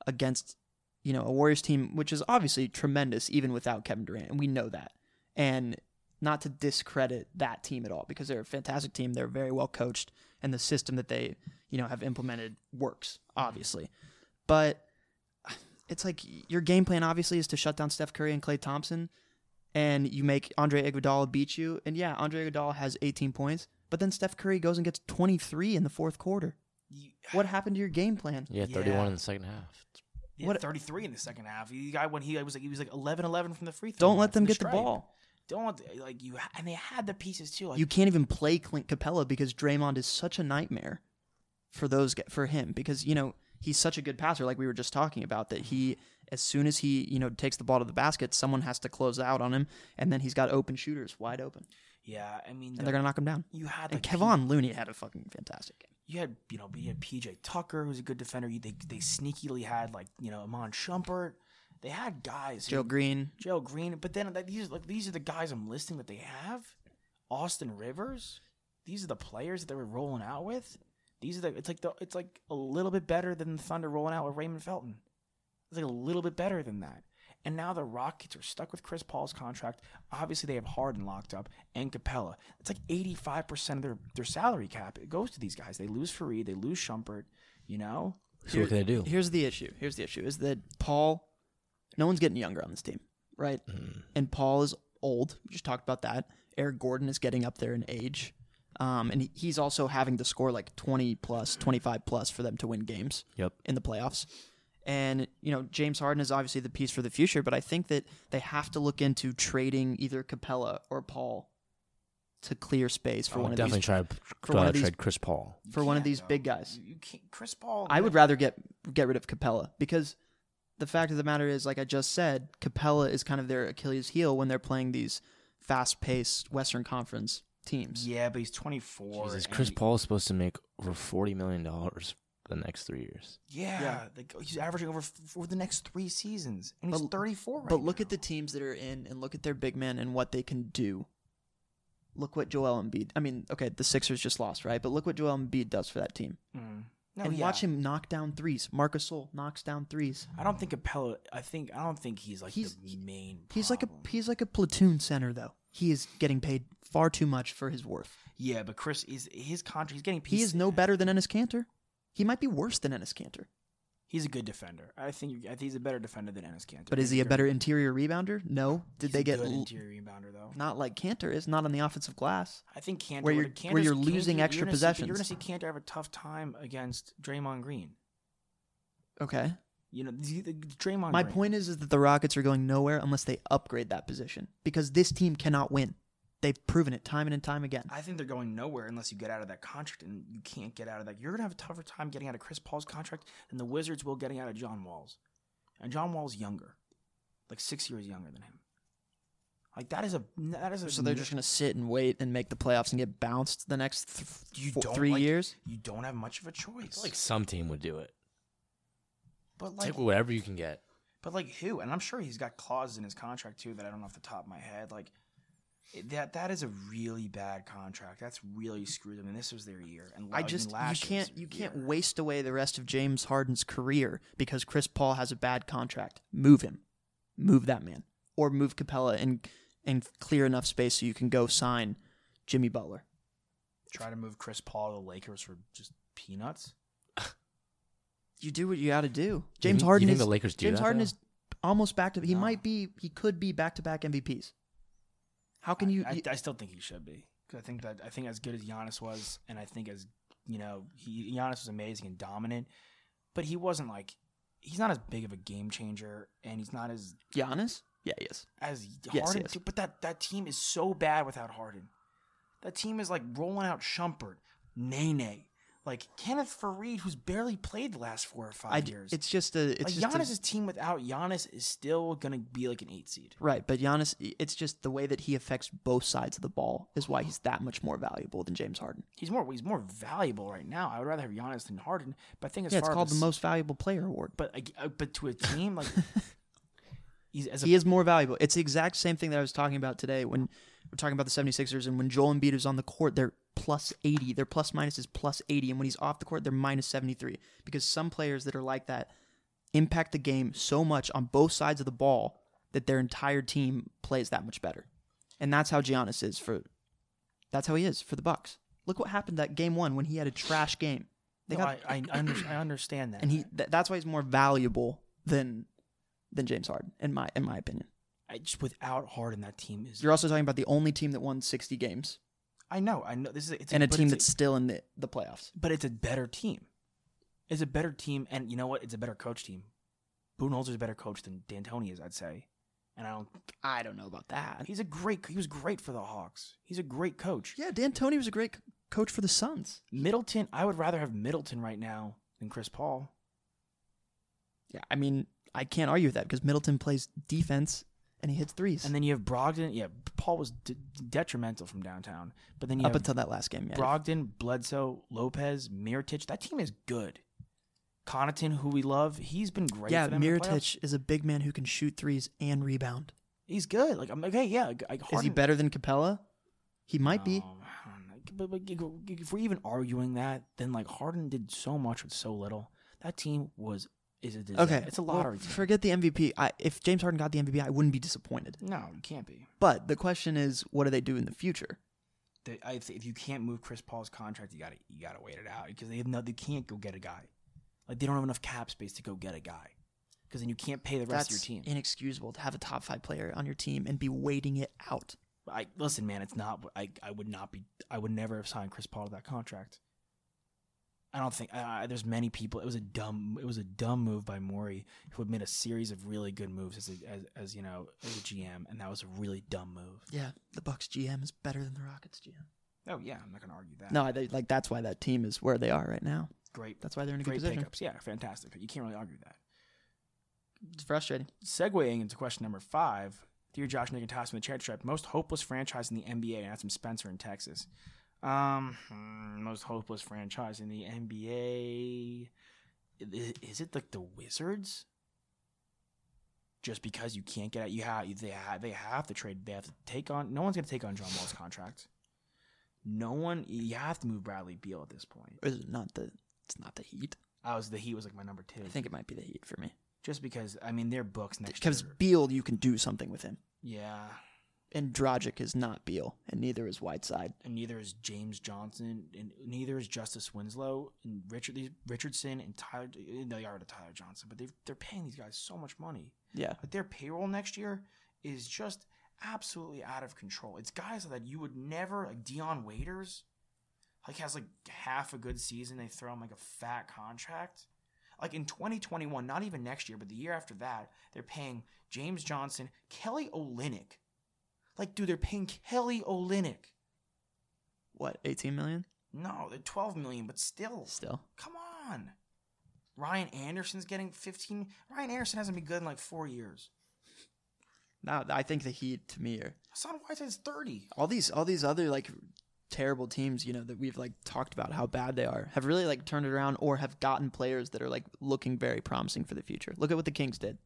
[SPEAKER 4] against you know a Warriors team which is obviously tremendous even without Kevin Durant, and we know that. And not to discredit that team at all because they're a fantastic team. They're very well coached, and the system that they you know have implemented works obviously. But it's like your game plan obviously is to shut down Steph Curry and Klay Thompson and you make Andre Iguodala beat you. And yeah, Andre Iguodala has 18 points, but then Steph Curry goes and gets 23 in the fourth quarter. What happened to your game plan?
[SPEAKER 3] Yeah, 31 in the second half.
[SPEAKER 2] Yeah,
[SPEAKER 4] What-
[SPEAKER 2] 33 in the second half. The guy when he was like he was like 11 11 from the free throw.
[SPEAKER 4] Don't
[SPEAKER 2] line
[SPEAKER 4] let
[SPEAKER 2] from
[SPEAKER 4] them get the
[SPEAKER 2] stripe.
[SPEAKER 4] ball.
[SPEAKER 2] Don't let- like you ha- and they had the pieces too. Like,
[SPEAKER 4] You can't even play Clint Capella because Draymond is such a nightmare for those gu- for him because you know he's such a good passer like we were just talking about that he as soon as he you know takes the ball to the basket someone has to close out on him and then he's got open shooters wide open
[SPEAKER 2] yeah, I mean
[SPEAKER 4] and
[SPEAKER 2] the-
[SPEAKER 4] they're gonna knock him down
[SPEAKER 2] you had
[SPEAKER 4] and
[SPEAKER 2] like
[SPEAKER 4] Kevon Looney had a fucking fantastic game
[SPEAKER 2] you had you know you had PJ Tucker who's a good defender. You, they they sneakily had like you know Amon Shumpert. They had guys. who-
[SPEAKER 4] Joe Green
[SPEAKER 2] Joe Green. But then like, these like these are the guys I'm listing that they have. Austin Rivers. These are the players that they were rolling out with. These are the it's like the it's like a little bit better than the Thunder rolling out with Raymond Felton. It's like a little bit better than that. And now the Rockets are stuck with Chris Paul's contract. Obviously, they have Harden locked up and Capella. It's like 85% of their, their salary cap. It goes to these guys. They lose Fareed. They lose Shumpert. You know?
[SPEAKER 3] So what can they do?
[SPEAKER 4] Here's the issue. Here's the issue is that Paul, no one's getting younger on this team, right?
[SPEAKER 3] Mm.
[SPEAKER 4] And Paul is old. We just talked about that. Eric Gordon is getting up there in age. Um, and he- he's also having to score like 20 plus, 25 plus for them to win games
[SPEAKER 3] Yep.
[SPEAKER 4] in the playoffs. And, you know, James Harden is obviously the piece for the future, but I think that they have to look into trading either Capella or Paul to clear space for
[SPEAKER 3] I
[SPEAKER 4] one
[SPEAKER 3] would
[SPEAKER 4] of
[SPEAKER 3] definitely
[SPEAKER 4] these
[SPEAKER 3] try
[SPEAKER 4] for
[SPEAKER 3] to
[SPEAKER 4] one
[SPEAKER 3] uh,
[SPEAKER 4] of these-
[SPEAKER 3] trade Chris Paul.
[SPEAKER 4] for one of
[SPEAKER 2] can't,
[SPEAKER 4] these
[SPEAKER 2] though.
[SPEAKER 4] big guys.
[SPEAKER 2] You, you can't, Chris Paul.
[SPEAKER 4] I would rather get get rid of Capella because the fact of the matter is, like I just said, Capella is kind of their Achilles heel when they're playing these fast paced Western Conference teams.
[SPEAKER 2] Yeah, but he's 24.
[SPEAKER 3] Jesus,
[SPEAKER 2] and
[SPEAKER 3] Chris
[SPEAKER 2] he-
[SPEAKER 3] Paul is supposed to make over $40 million the next three years.
[SPEAKER 2] Yeah,
[SPEAKER 4] Yeah.
[SPEAKER 2] Like, oh, he's averaging over f- for the next three seasons, and he's
[SPEAKER 4] But-
[SPEAKER 2] 34 right
[SPEAKER 4] but look at
[SPEAKER 2] now.
[SPEAKER 4] the teams that are in and look at their big men and what they can do. Look what Joel Embiid. I mean, okay, the Sixers just lost, right? But look what Joel Embiid does for that team.
[SPEAKER 2] Mm. No,
[SPEAKER 4] and
[SPEAKER 2] yeah.
[SPEAKER 4] watch him knock down threes. Marcus Sol knocks down threes.
[SPEAKER 2] I don't think Capella. I think I don't think he's like
[SPEAKER 4] He's-
[SPEAKER 2] the main.
[SPEAKER 4] He's like a
[SPEAKER 2] problem.
[SPEAKER 4] he's like a platoon center though. He is getting paid far too much for his worth.
[SPEAKER 2] yeah, but Chris is his contract. He's getting.
[SPEAKER 4] He
[SPEAKER 2] pieced-
[SPEAKER 4] is no better than Ennis Cantor. He might be worse than Ennis Cantor.
[SPEAKER 2] He's a good defender. I think. I think he's a better defender than Ennis Cantor.
[SPEAKER 4] But is he a better interior rebounder? No. Did
[SPEAKER 2] He's
[SPEAKER 4] they
[SPEAKER 2] a
[SPEAKER 4] get
[SPEAKER 2] good
[SPEAKER 4] l-
[SPEAKER 2] interior rebounder though?
[SPEAKER 4] not like Cantor is not on the offensive glass?
[SPEAKER 2] I think Cantor.
[SPEAKER 4] where you're-
[SPEAKER 2] would've-
[SPEAKER 4] where you're
[SPEAKER 2] Cantor's-
[SPEAKER 4] losing
[SPEAKER 2] Cantor-
[SPEAKER 4] extra
[SPEAKER 2] you're gonna see- but You're
[SPEAKER 4] possessions.
[SPEAKER 2] gonna see Cantor have a tough time against Draymond Green.
[SPEAKER 4] Okay.
[SPEAKER 2] You know, the, the, Draymond.
[SPEAKER 4] My
[SPEAKER 2] Green.
[SPEAKER 4] point is, is that the Rockets are going nowhere unless they upgrade that position because this team cannot win. They've proven it time and time again.
[SPEAKER 2] I think they're going nowhere unless you get out of that contract, and you can't get out of that. You're gonna have a tougher time getting out of Chris Paul's contract than the Wizards will getting out of John Wall's. And John Wall's younger, like six years younger than him. Like that is a that is a
[SPEAKER 4] So they're just gonna sit and wait and make the playoffs and get bounced the next th-
[SPEAKER 2] you
[SPEAKER 4] four-
[SPEAKER 2] don't
[SPEAKER 4] three
[SPEAKER 2] like-
[SPEAKER 4] years.
[SPEAKER 2] You don't have much of a choice.
[SPEAKER 3] Like some team would do it.
[SPEAKER 2] but like
[SPEAKER 3] Take whatever you can get.
[SPEAKER 2] But like who? And I'm sure he's got clauses in his contract too that I don't know off the top of my head. Like it- that that is a really bad contract. That's really screwed them. And this was their year. And
[SPEAKER 4] I
[SPEAKER 2] like,
[SPEAKER 4] just you
[SPEAKER 2] last year's
[SPEAKER 4] can't you can't
[SPEAKER 2] year.
[SPEAKER 4] waste away the rest of James Harden's career because Chris Paul has a bad contract. Move him, move that man, or move Capella and and clear enough space so you can go sign Jimmy Butler.
[SPEAKER 2] try to move Chris Paul to the Lakers for just peanuts.
[SPEAKER 4] You do what you got to do. James
[SPEAKER 3] think- you
[SPEAKER 4] Harden
[SPEAKER 3] think
[SPEAKER 4] is
[SPEAKER 3] the Lakers do
[SPEAKER 4] James
[SPEAKER 3] that,
[SPEAKER 4] Harden
[SPEAKER 3] though?
[SPEAKER 4] is almost back to he
[SPEAKER 2] No.
[SPEAKER 4] might be he could be back to back MVPs. How can you?
[SPEAKER 2] I,
[SPEAKER 4] you-
[SPEAKER 2] I, I still think he should be. 'Cause I think that I think as good as Giannis was, and I think as you know, he, Giannis was amazing and dominant, but he wasn't like he's not as big of a game changer, and he's not as
[SPEAKER 4] Giannis? Yeah, he is.
[SPEAKER 2] as
[SPEAKER 4] Yes,
[SPEAKER 2] Harden.
[SPEAKER 4] yes.
[SPEAKER 2] dude, But that, that team is so bad without Harden. That team is like rolling out Shumpert, Nene, like Kenneth Faried, who's barely played the last four or five
[SPEAKER 4] I,
[SPEAKER 2] years.
[SPEAKER 4] it's just a. It's
[SPEAKER 2] like
[SPEAKER 4] just a-
[SPEAKER 2] Giannis's team without Giannis is still gonna be like an eight seed.
[SPEAKER 4] Right, but Giannis, it's just the way that he affects both sides of the ball is why he's that much more valuable than James Harden.
[SPEAKER 2] He's more he's more valuable right now. I would rather have Giannis than Harden, but I think as
[SPEAKER 4] yeah,
[SPEAKER 2] far
[SPEAKER 4] it's called
[SPEAKER 2] as
[SPEAKER 4] the most valuable player award.
[SPEAKER 2] But ag- uh, but to a team like he's as a,
[SPEAKER 4] He is more valuable. It's the exact same thing that I was talking about today when we're talking about the 76ers and when Joel Embiid is on the court, they're plus 80. Their plus minus is plus 80. And when he's off the court, they're minus 73. Because some players that are like that impact the game so much on both sides of the ball that their entire team plays that much better. And that's how Giannis is for that's how he is for the Bucks. Look what happened that game 1 when he had a trash game. They
[SPEAKER 2] no,
[SPEAKER 4] got
[SPEAKER 2] I, I, under, I understand that.
[SPEAKER 4] and he th- that's why he's more valuable than than James Harden in my in my opinion.
[SPEAKER 2] I just without Harden that team is
[SPEAKER 4] You're also talking about the only team that won 60 games
[SPEAKER 2] I know, I know this is it's
[SPEAKER 4] and a
[SPEAKER 2] but
[SPEAKER 4] team
[SPEAKER 2] it's
[SPEAKER 4] that's still in the, the playoffs.
[SPEAKER 2] but it's a better team. It's a better team, and you know what? It's a better coach team. Budenholzer's a better coach than D'Antoni is, I'd say. And I don't.
[SPEAKER 4] I don't know about that.
[SPEAKER 2] He's a great. He was great for the Hawks. He's a great coach.
[SPEAKER 4] Yeah, Dan Tony was a great c- coach for the Suns.
[SPEAKER 2] Middleton. I would rather have Middleton right now than Chris Paul.
[SPEAKER 4] Yeah, I mean, I can't argue with that because Middleton plays defense and he hits threes
[SPEAKER 2] And then you have Brogdon. Yeah, Paul was d- detrimental from downtown. But then you
[SPEAKER 4] up
[SPEAKER 2] have
[SPEAKER 4] until that last game. Yeah.
[SPEAKER 2] Brogdon, Bledsoe, Lopez, Miritich. That team is good. Connaughton, who we love, he's been great.
[SPEAKER 4] yeah,
[SPEAKER 2] for them in the playoffs.
[SPEAKER 4] Miritich is a big man who can shoot threes and rebound.
[SPEAKER 2] He's good. Like I'm like, hey, yeah. Like,
[SPEAKER 4] Is he
[SPEAKER 2] Harden-
[SPEAKER 4] better than Capella? He might be.
[SPEAKER 2] Um, I don't know. But, but if we're even arguing that, then like Harden did so much with so little. That team was is a disaster.
[SPEAKER 4] Okay,
[SPEAKER 2] It's a
[SPEAKER 4] well,
[SPEAKER 2] lottery team.
[SPEAKER 4] forget the MVP. I, if James Harden got the MVP, I wouldn't be disappointed.
[SPEAKER 2] no, you can't be.
[SPEAKER 4] But the question is, what do they do in the future?
[SPEAKER 2] They, I, th- if you can't move Chris Paul's contract, you gotta you gotta wait it out because they have no they can't go get a guy. Like they don't have enough cap space to go get a guy. Because then you can't pay the rest
[SPEAKER 4] That's
[SPEAKER 2] of your team.
[SPEAKER 4] inexcusable to have a top five player on your team and be waiting it out.
[SPEAKER 2] I listen, man. It's not. I I would not be. I would never have signed Chris Paul to that contract. I don't think uh, there's many people. It was a dumb. It was a dumb move by Maury, who had made a series of really good moves as a, as, as you know as a GM, and that was a really dumb move.
[SPEAKER 4] Yeah, the Bucks GM is better than the Rockets GM.
[SPEAKER 2] Oh yeah, I'm not gonna argue that.
[SPEAKER 4] No, I, they, like that's why that team is where they are right now.
[SPEAKER 2] great.
[SPEAKER 4] That's why they're in a good
[SPEAKER 2] great
[SPEAKER 4] position.
[SPEAKER 2] pickups. Yeah, fantastic. You can't really argue that.
[SPEAKER 4] It's frustrating.
[SPEAKER 2] Segueing into question number five, dear Josh Nick and Toss from the Chair Trap, most hopeless franchise in the NBA, and that's from Spencer in Texas. Um, hmm, most hopeless franchise in the NBA. I- Is it like the Wizards? Just because you can't get out, you have they have they have to trade. They have to take on. No one's gonna take on John Wall's contract. No one. You have to move Bradley Beal at this point.
[SPEAKER 4] Or is it not the? It's not the Heat.
[SPEAKER 2] I was the Heat was like my number two.
[SPEAKER 4] I think it might be the Heat for me.
[SPEAKER 2] just because I mean their books next
[SPEAKER 4] Because
[SPEAKER 2] year.
[SPEAKER 4] Beal, you can do something with him,
[SPEAKER 2] yeah,
[SPEAKER 4] and Drogic is not Beal, and neither is Whiteside.
[SPEAKER 2] and neither is James Johnson, and neither is Justice Winslow, and Richard these- Richardson, and Tyler. They are to Tyler Johnson, but they they're paying these guys so much money.
[SPEAKER 4] Yeah,
[SPEAKER 2] But their payroll next year is just absolutely out of control. It's guys that you would never like Dion Waiters, like has like half a good season. They throw him like a fat contract. Like in 2021, not even next year, but the year after that, they're paying James Johnson, Kelly Olynyk. Like, dude, they're paying Kelly Olynyk.
[SPEAKER 4] What? 18 million?
[SPEAKER 2] No, they're 12 million, but still.
[SPEAKER 4] Still.
[SPEAKER 2] Come on. Ryan Anderson's getting 15. Ryan Anderson hasn't been good in like four years.
[SPEAKER 4] Now I think the Heat to me are
[SPEAKER 2] Hassan Whiteside's 30.
[SPEAKER 4] all these all these other like terrible teams, you know, that we've like talked about how bad they are, have really like turned it around or have gotten players that are like looking very promising for the future. Look at what the Kings did.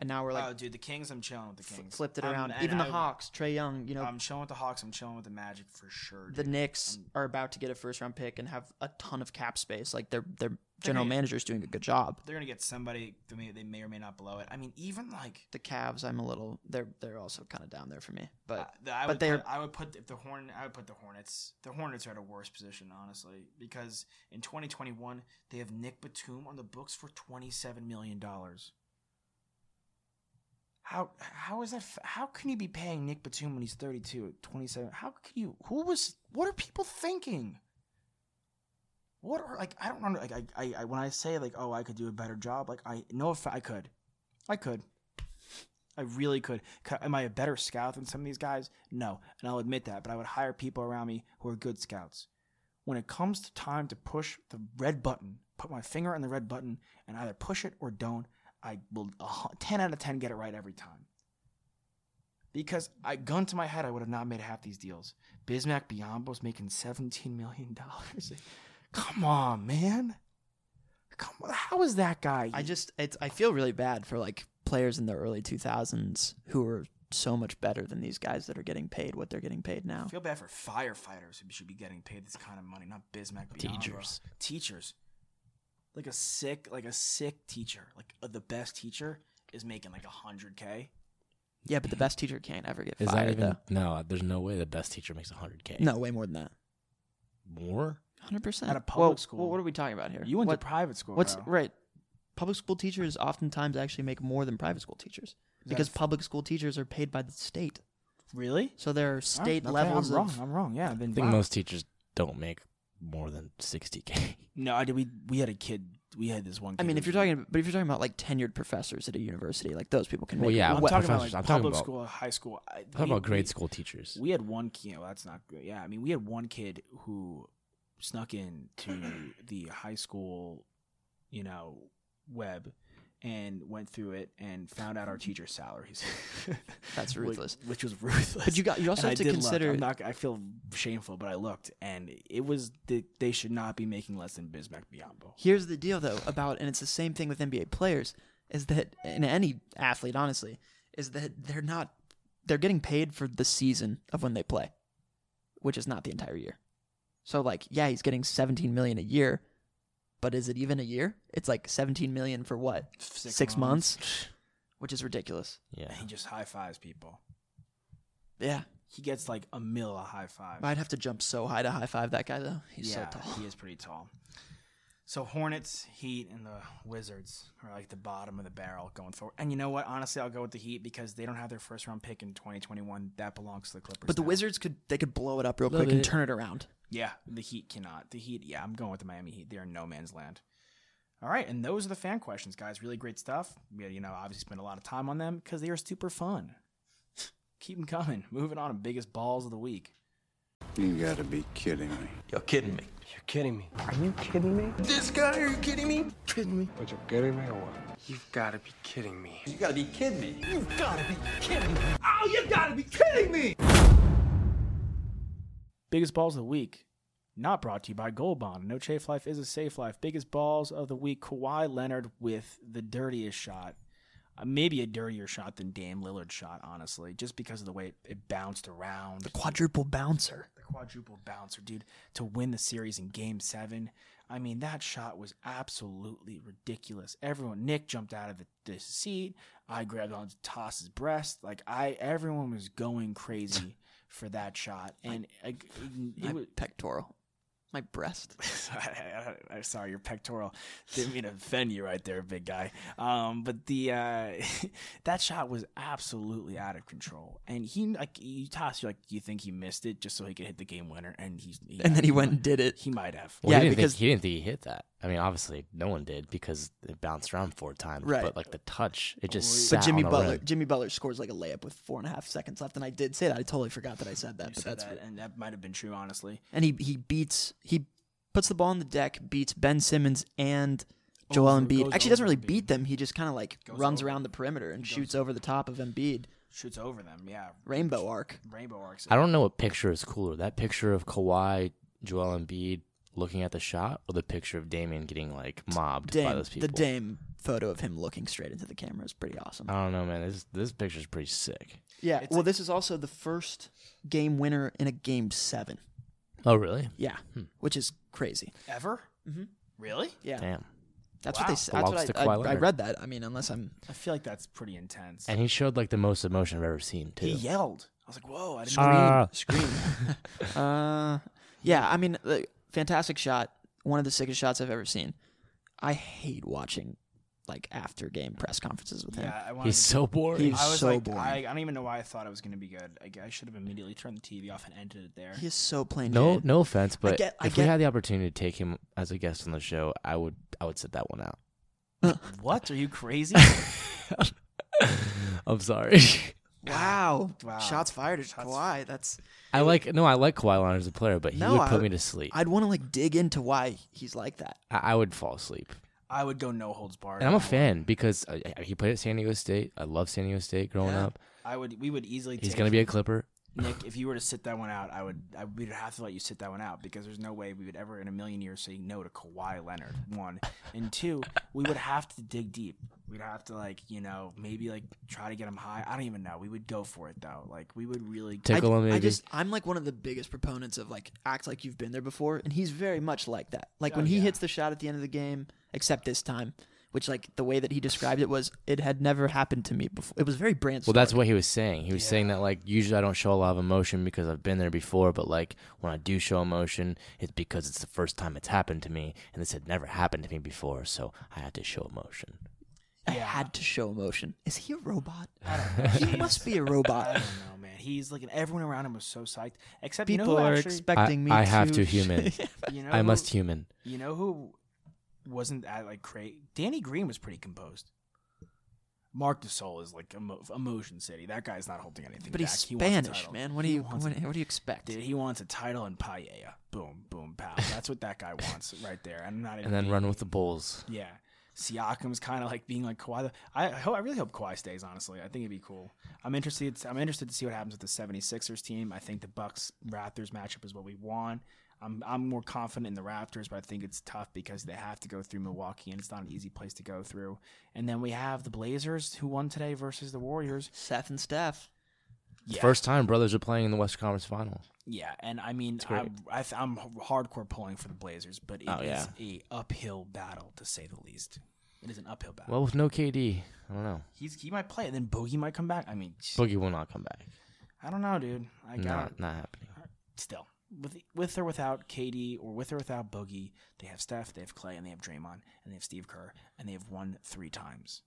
[SPEAKER 4] And now we're like
[SPEAKER 2] oh, dude, the Kings, I'm chilling with the
[SPEAKER 4] fl-
[SPEAKER 2] Kings.
[SPEAKER 4] flipped it
[SPEAKER 2] Oh, I'm-
[SPEAKER 4] around.
[SPEAKER 2] and
[SPEAKER 4] Even the
[SPEAKER 2] I-
[SPEAKER 4] Hawks, Trey Young, you know,
[SPEAKER 2] I'm chilling with the Hawks. I'm chilling with the Magic for sure.
[SPEAKER 4] the
[SPEAKER 2] dude.
[SPEAKER 4] Knicks are about to get a first round pick and have a ton of cap space. Like their their general manager's doing a good job.
[SPEAKER 2] They're going to get somebody. They may, they may or may not blow it. I mean, even like.
[SPEAKER 4] The Cavs, I'm a little they're they're also kind of down there for me. But
[SPEAKER 2] Uh, the- I
[SPEAKER 4] but
[SPEAKER 2] would
[SPEAKER 4] they're
[SPEAKER 2] put, I would put if the horn I would put the Hornets. The Hornets are at a worse position, honestly, because in 2021 they have Nick Batum on the books for 27 million dollars. How how is that? f- How can you be paying Nick Batum when he's 32, 27? How can you? Who was? What are people thinking? What are like? I don't know. Like I, I, I when I say like, oh, I could do a better job. Like I no, if I could, I could. I really could. C- Am I a better scout than some of these guys? No, and I'll admit that. But I would hire people around me who are good scouts. When it comes to time to push the red button, put my finger on the red button, and either push it or don't, I will a hu- ten out of ten get it right every time. Because I gun to my head, I would have not made half these deals. Bismack Biyombo's making seventeen million dollars. Come on, man. Come on. How is that guy?
[SPEAKER 4] I just it's I feel really bad for like players in the early 2000s who were so much better than these guys that are getting paid what they're getting paid now.
[SPEAKER 2] I feel bad for firefighters who should be getting paid this kind of money, not Bismack Biyombo.
[SPEAKER 3] Teachers.
[SPEAKER 2] Teachers. Like a sick, like a sick teacher, like uh, the best teacher is making like a hundred k.
[SPEAKER 4] Yeah, but the best teacher can't ever get
[SPEAKER 3] Is
[SPEAKER 4] fired
[SPEAKER 3] that even
[SPEAKER 4] though.
[SPEAKER 3] no? There's no way the best teacher makes 100k.
[SPEAKER 4] No, way more than that.
[SPEAKER 3] more.
[SPEAKER 4] 100%.
[SPEAKER 2] At a
[SPEAKER 4] Well,
[SPEAKER 2] public school.
[SPEAKER 4] well, what are we talking about here?
[SPEAKER 2] You went
[SPEAKER 4] What-
[SPEAKER 2] to private school.
[SPEAKER 4] What's
[SPEAKER 2] bro.
[SPEAKER 4] right? Public school teachers oftentimes actually make more than private school teachers because public school teachers are paid by the state.
[SPEAKER 2] really?
[SPEAKER 4] So there are
[SPEAKER 2] All right,
[SPEAKER 4] state
[SPEAKER 2] okay,
[SPEAKER 4] levels
[SPEAKER 2] I'm wrong.
[SPEAKER 4] of
[SPEAKER 2] I'm wrong. Yeah, I've been.
[SPEAKER 3] I think
[SPEAKER 2] wow.
[SPEAKER 3] most teachers don't make more than 60k.
[SPEAKER 2] No, I did. We we had a kid. We had this one.
[SPEAKER 4] I
[SPEAKER 2] kid
[SPEAKER 4] mean,
[SPEAKER 2] who
[SPEAKER 4] if you're
[SPEAKER 2] was-
[SPEAKER 4] talking, but if you're talking about like tenured professors at a university, like those people can.
[SPEAKER 3] Well,
[SPEAKER 4] make
[SPEAKER 3] yeah,
[SPEAKER 2] I'm
[SPEAKER 3] what
[SPEAKER 2] talking about
[SPEAKER 3] professors?
[SPEAKER 2] like
[SPEAKER 3] I'm talking
[SPEAKER 2] public
[SPEAKER 3] about-
[SPEAKER 2] school, high school. I,
[SPEAKER 3] How
[SPEAKER 2] we-
[SPEAKER 3] about
[SPEAKER 2] we-
[SPEAKER 3] grade school teachers?
[SPEAKER 2] We had one kid. Well, that's not good. Yeah, I mean, we had one kid who snuck in to the high school, you know, web, and went through it and found out our teacher's salaries.
[SPEAKER 4] That's
[SPEAKER 2] Which-
[SPEAKER 4] ruthless.
[SPEAKER 2] Which, was ruthless.
[SPEAKER 4] But you got- you also
[SPEAKER 2] And
[SPEAKER 4] have to
[SPEAKER 2] I did
[SPEAKER 4] consider-
[SPEAKER 2] Look. I'm not, I feel shameful, but I looked, and it was the, they should not be making less than Bismack Biyombo.
[SPEAKER 4] Here's the deal, though, about and it's the same thing with NBA players is that and any athlete, honestly, is that they're not they're getting paid for the season of when they play, which is not the entire year. So like, yeah, he's getting 17 million a year, but is it even a year? It's like 17 million for what?
[SPEAKER 2] Six
[SPEAKER 4] months, which is ridiculous.
[SPEAKER 3] Yeah.
[SPEAKER 2] He just high fives people.
[SPEAKER 4] Yeah,
[SPEAKER 2] He gets like a mill a high five.
[SPEAKER 4] I'd have to jump so high to high five that guy though. He's so tall.
[SPEAKER 2] He is pretty tall. So Hornets, Heat, and the Wizards are like the bottom of the barrel going forward. And you know what? Honestly, I'll go with the Heat because they don't have their first round pick in 2021. That belongs to the Clippers.
[SPEAKER 4] But the
[SPEAKER 2] now.
[SPEAKER 4] Wizards could they could blow it up real
[SPEAKER 3] Love
[SPEAKER 4] quick and
[SPEAKER 3] it.
[SPEAKER 4] turn it around.
[SPEAKER 2] yeah, the Heat cannot. The Heat, yeah, I'm going with the Miami Heat. They're in no man's land. All right, and those are the fan questions, guys. Really great stuff. We, you know, obviously spent a lot of time on them because they are super fun. Keep them coming. Moving on to biggest balls of the week.
[SPEAKER 8] You gotta be kidding me.
[SPEAKER 9] You're kidding me. You're kidding me. Are you kidding me? This guy, are you kidding me? Kidding me. But you're kidding me or what? You've gotta be kidding me. You gotta be kidding me. You've gotta be kidding me. Oh, you gotta be kidding me!
[SPEAKER 2] Biggest balls of the week, not brought to you by Gold Bond. No chafe life is a safe life. Biggest balls of the week, Kawhi Leonard with the dirtiest shot. Uh, maybe a dirtier shot than Dame Lillard's shot, honestly, just because of the way it, it bounced around. The,
[SPEAKER 4] Quadruple bouncer.
[SPEAKER 2] quadruple bouncer, dude, to win the series in game seven. I mean, that shot was absolutely ridiculous. Everyone, Nick jumped out of the, the seat. I grabbed on to Toss's breast. Like, I, everyone was going crazy for that shot. And I, it,
[SPEAKER 4] My
[SPEAKER 2] was,
[SPEAKER 4] pectoral. My breast.
[SPEAKER 2] I, I, I saw your pectoral. Didn't mean to offend you right there, big guy. Um, but the uh, that shot was absolutely out of control, and he like you toss you like you think he missed it just so he could hit the game winner, and he's he,
[SPEAKER 4] And then he went and did it.
[SPEAKER 2] he might have.
[SPEAKER 3] Well,
[SPEAKER 4] Yeah,
[SPEAKER 3] he didn't
[SPEAKER 4] because-
[SPEAKER 3] think, he didn't think he hit that. I mean, obviously, no one did because it bounced around four times.
[SPEAKER 4] Right.
[SPEAKER 3] But like the touch, it just.
[SPEAKER 4] But
[SPEAKER 3] sat
[SPEAKER 4] Jimmy
[SPEAKER 3] on the
[SPEAKER 4] Butler,
[SPEAKER 3] rim.
[SPEAKER 4] Jimmy Butler scores like a layup with four and a half seconds left, and I did say that. I totally forgot that I said that,
[SPEAKER 2] You
[SPEAKER 4] but
[SPEAKER 2] said
[SPEAKER 4] that's
[SPEAKER 2] that, and that might have been true, honestly.
[SPEAKER 4] and he he beats he puts the ball on the deck, beats Ben Simmons and Joel
[SPEAKER 2] Over-
[SPEAKER 4] Embiid.
[SPEAKER 2] Oh, goes
[SPEAKER 4] Actually, doesn't
[SPEAKER 2] over
[SPEAKER 4] really
[SPEAKER 2] Embiid.
[SPEAKER 4] beat them. He just kind of like
[SPEAKER 2] Goes
[SPEAKER 4] runs
[SPEAKER 2] over.
[SPEAKER 4] around the perimeter and
[SPEAKER 2] He
[SPEAKER 4] shoots
[SPEAKER 2] goes-
[SPEAKER 4] over the top of Embiid.
[SPEAKER 2] Shoots over them, yeah.
[SPEAKER 4] Rainbow arc.
[SPEAKER 2] Rainbow arcs.
[SPEAKER 3] I don't know what picture is cooler: that picture of Kawhi, Joel Embiid looking at the shot, or the picture of Damian getting like mobbed by
[SPEAKER 4] Dame,
[SPEAKER 3] those people.
[SPEAKER 4] the Dame photo of him looking straight into the camera is pretty awesome.
[SPEAKER 3] I don't know, man. This this picture's pretty sick.
[SPEAKER 4] yeah.
[SPEAKER 2] Oh. it's
[SPEAKER 4] Well,
[SPEAKER 2] like-
[SPEAKER 4] this is also the first game winner in a game seven.
[SPEAKER 3] Oh, really?
[SPEAKER 4] Yeah,
[SPEAKER 2] Hmm.
[SPEAKER 4] which is crazy.
[SPEAKER 2] ever.
[SPEAKER 4] Mm-hmm.
[SPEAKER 2] Really?
[SPEAKER 4] Yeah,
[SPEAKER 3] Damn.
[SPEAKER 4] that's what they.
[SPEAKER 2] Wow.
[SPEAKER 4] said. That's
[SPEAKER 3] Belongs
[SPEAKER 4] what
[SPEAKER 3] to
[SPEAKER 4] I,
[SPEAKER 3] Kawhi
[SPEAKER 4] I, I
[SPEAKER 3] Leonard.
[SPEAKER 4] read that. I mean, unless I'm
[SPEAKER 2] I feel like that's pretty intense.
[SPEAKER 3] And he showed like the most emotion I've ever seen too.
[SPEAKER 2] he yelled. I was like, whoa! I didn't.
[SPEAKER 3] Scream. Ah.
[SPEAKER 2] Scream.
[SPEAKER 4] Uh, yeah. I mean, like, fantastic shot. One of the sickest shots I've ever seen. I hate watching like after game press conferences with him.
[SPEAKER 2] yeah, I wanted
[SPEAKER 3] He's
[SPEAKER 2] to-
[SPEAKER 3] so boring.
[SPEAKER 4] He's
[SPEAKER 2] I was
[SPEAKER 4] so
[SPEAKER 2] like,
[SPEAKER 4] boring.
[SPEAKER 2] I, I don't even know why I thought it was gonna be good. I, I should have immediately turned the TV off and ended it there.
[SPEAKER 4] He is so plain
[SPEAKER 3] no,
[SPEAKER 4] Jane.
[SPEAKER 3] no offense, but
[SPEAKER 4] get- I
[SPEAKER 3] if
[SPEAKER 4] get-
[SPEAKER 3] we had the opportunity to take him as a guest on the show, I would I would sit that one out.
[SPEAKER 2] What? Are you crazy?
[SPEAKER 3] I'm sorry.
[SPEAKER 4] Wow.
[SPEAKER 2] Wow.
[SPEAKER 4] Shots fired at Kawhi. That's.
[SPEAKER 3] I like no, I like Kawhi Leonard as a player, but he
[SPEAKER 4] No,
[SPEAKER 3] would put
[SPEAKER 4] I-
[SPEAKER 3] me to sleep. I,
[SPEAKER 4] I'd want to like dig into why he's like that.
[SPEAKER 3] I would fall asleep.
[SPEAKER 2] I would go no holds barred.
[SPEAKER 3] And I'm a
[SPEAKER 2] on that one.
[SPEAKER 3] fan because uh, he played at San Diego State. I love San Diego State growing
[SPEAKER 4] Yeah.
[SPEAKER 3] up.
[SPEAKER 2] I would. We would easily.
[SPEAKER 3] He's
[SPEAKER 2] take-
[SPEAKER 3] gonna be a Clipper.
[SPEAKER 2] Nick. If you were to sit that one out, I would. I, we'd have to let you sit that one out because there's no way we would ever in a million years say no to Kawhi Leonard. One and two, we would have to dig deep. We'd have to like you know maybe like try to get him high. I don't even know. We would go for it though. Like we would really.
[SPEAKER 4] I,
[SPEAKER 3] Tickle him maybe.
[SPEAKER 4] I just I'm like one of the biggest proponents of like act like you've been there before, and he's very much like that. Like
[SPEAKER 2] Oh,
[SPEAKER 4] when he hits the shot at the end of the game, except this time, which like the way that he described it was it had never happened to me before. It was very Brant.
[SPEAKER 3] well, that's what he was saying. He was saying that like usually I don't show a lot of emotion because I've been there before, but like when I do show emotion, it's because it's the first time it's happened to me, and this had never happened to me before, so I had to show emotion.
[SPEAKER 4] I had to show emotion. Is he a robot? he must be a robot.
[SPEAKER 2] I don't know, man. He's like, and everyone around him was so psyched. Except
[SPEAKER 4] People
[SPEAKER 2] you know who
[SPEAKER 4] are
[SPEAKER 2] actually,
[SPEAKER 4] expecting
[SPEAKER 3] I-
[SPEAKER 4] me.
[SPEAKER 3] I
[SPEAKER 4] to
[SPEAKER 3] have to human.
[SPEAKER 2] you know
[SPEAKER 3] I
[SPEAKER 2] who-
[SPEAKER 3] must human.
[SPEAKER 2] You know who wasn't at like cra Danny Green was pretty composed. Mark DeSole is like emo- emotion city. That guy's not holding anything
[SPEAKER 4] But
[SPEAKER 2] back.
[SPEAKER 4] he's
[SPEAKER 2] He wants a
[SPEAKER 4] Spanish,
[SPEAKER 2] title.
[SPEAKER 4] man. What do
[SPEAKER 2] He
[SPEAKER 4] you
[SPEAKER 2] wants
[SPEAKER 4] what, what do you expect?
[SPEAKER 2] Dude, he wants a title and paella. Boom, boom, pow. That's what that guy wants right there. I'm not even.
[SPEAKER 3] And then run with the Bulls.
[SPEAKER 2] yeah. Siakam's kind of like being like Kawhi. I I hope, I really hope Kawhi stays. Honestly, I think it'd be cool. I'm interested. I'm interested to see what happens with the 76ers team. I think the Bucks Raptors matchup is what we want. I'm I'm more confident in the Raptors, but I think it's tough because they have to go through Milwaukee, and it's not an easy place to go through. And then we have the Blazers who won today versus the Warriors.
[SPEAKER 4] Seth and Steph.
[SPEAKER 2] Yeah.
[SPEAKER 3] First time brothers are playing in the West Conference Finals.
[SPEAKER 2] Yeah, and I mean, I,
[SPEAKER 3] great.
[SPEAKER 2] I, I'm hardcore pulling for the Blazers, but it is
[SPEAKER 3] Oh, yeah.
[SPEAKER 2] a uphill battle to say the least. It is an uphill battle.
[SPEAKER 3] Well, with no KD, I don't know.
[SPEAKER 2] He's he might play, and then Boogie might come back. I mean,
[SPEAKER 3] Boogie will not come back.
[SPEAKER 2] I don't know, dude. I got
[SPEAKER 3] Not not happening.
[SPEAKER 2] still with with or without KD or with or without Boogie, they have Steph, they have Clay, and they have Draymond, and they have Steve Kerr, and they have won three times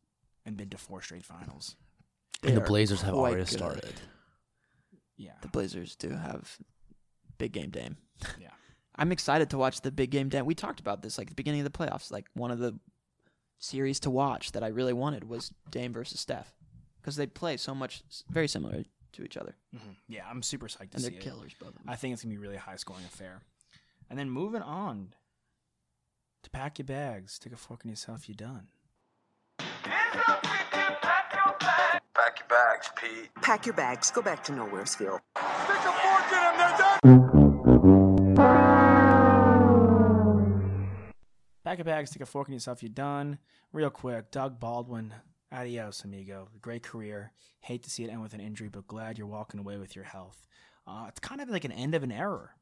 [SPEAKER 2] and been to four straight finals.
[SPEAKER 3] And the
[SPEAKER 4] They're
[SPEAKER 3] Blazers have
[SPEAKER 4] quite
[SPEAKER 3] already
[SPEAKER 4] good.
[SPEAKER 3] started.
[SPEAKER 2] Yeah,
[SPEAKER 4] The Blazers do have big game Dame.
[SPEAKER 2] yeah.
[SPEAKER 4] I'm excited to watch the big game. Dan, we talked about this like at the beginning of the playoffs. Like one of the series to watch that I really wanted was Dame versus Steph because they play so much very similar to each other,
[SPEAKER 2] hmm Yeah, I'm super psyched to
[SPEAKER 4] and
[SPEAKER 2] see
[SPEAKER 4] they're
[SPEAKER 2] it.
[SPEAKER 4] killers, both of them.
[SPEAKER 2] I think it's gonna be a really high scoring affair. And then moving on to pack your bags, take a fork in yourself, you're done.
[SPEAKER 10] Pack your bags, Pete.
[SPEAKER 11] Pack your bags, go back to Nowheresville.
[SPEAKER 10] Stick a fork in them, they're done.
[SPEAKER 2] Pack your bags, take a fork in yourself, you're done. Real quick, Doug Baldwin, adios, amigo. Great career. Hate to see it end with an injury, but glad you're walking away with your health. Uh, it's kind of like an end of an error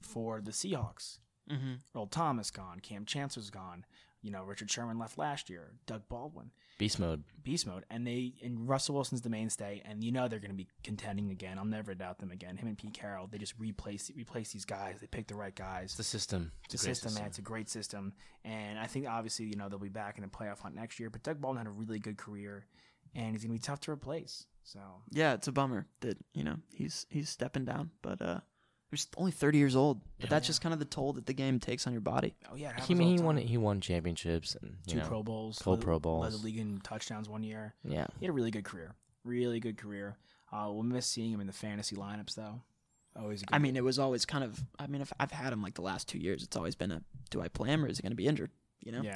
[SPEAKER 2] for the Seahawks.
[SPEAKER 4] Mm-hmm.
[SPEAKER 2] Earl Thomas gone, Cam Chancellor's gone, You know, Richard Sherman left last year. Doug Baldwin,
[SPEAKER 3] Beast mode.
[SPEAKER 2] beast mode, and they and Russell Wilson's the mainstay, and you know they're going to be contending again. I'll never doubt them again. Him and Pete Carroll, they just replace replace these guys. They pick the right guys.
[SPEAKER 3] It's the system.
[SPEAKER 2] It's a system, man. It's a great system, and I think obviously you know they'll be back in the playoff hunt next year. But Doug Baldwin had a really good career, and he's gonna be tough to replace. So
[SPEAKER 4] Yeah, it's a bummer that you know he's he's stepping down, but uh, he's only 30 years old. But that's just kind of the toll that the game takes on your body.
[SPEAKER 2] oh yeah, it
[SPEAKER 3] He,
[SPEAKER 2] happens all
[SPEAKER 3] he
[SPEAKER 2] the
[SPEAKER 3] won.
[SPEAKER 2] time.
[SPEAKER 3] He won championships and you
[SPEAKER 2] two
[SPEAKER 3] know,
[SPEAKER 2] Pro Bowls,
[SPEAKER 3] full
[SPEAKER 2] led-
[SPEAKER 3] Pro
[SPEAKER 2] led the
[SPEAKER 3] Bowls.
[SPEAKER 2] league in touchdowns one year.
[SPEAKER 3] Yeah,
[SPEAKER 2] He had a really good career, really good career. Uh, we'll miss seeing him in the fantasy lineups though. Always. A good
[SPEAKER 4] I mean, it was always kind of. I mean, if I've had him like the last two years, it's always been a do I play him or is he going to be injured? You know.
[SPEAKER 2] yeah,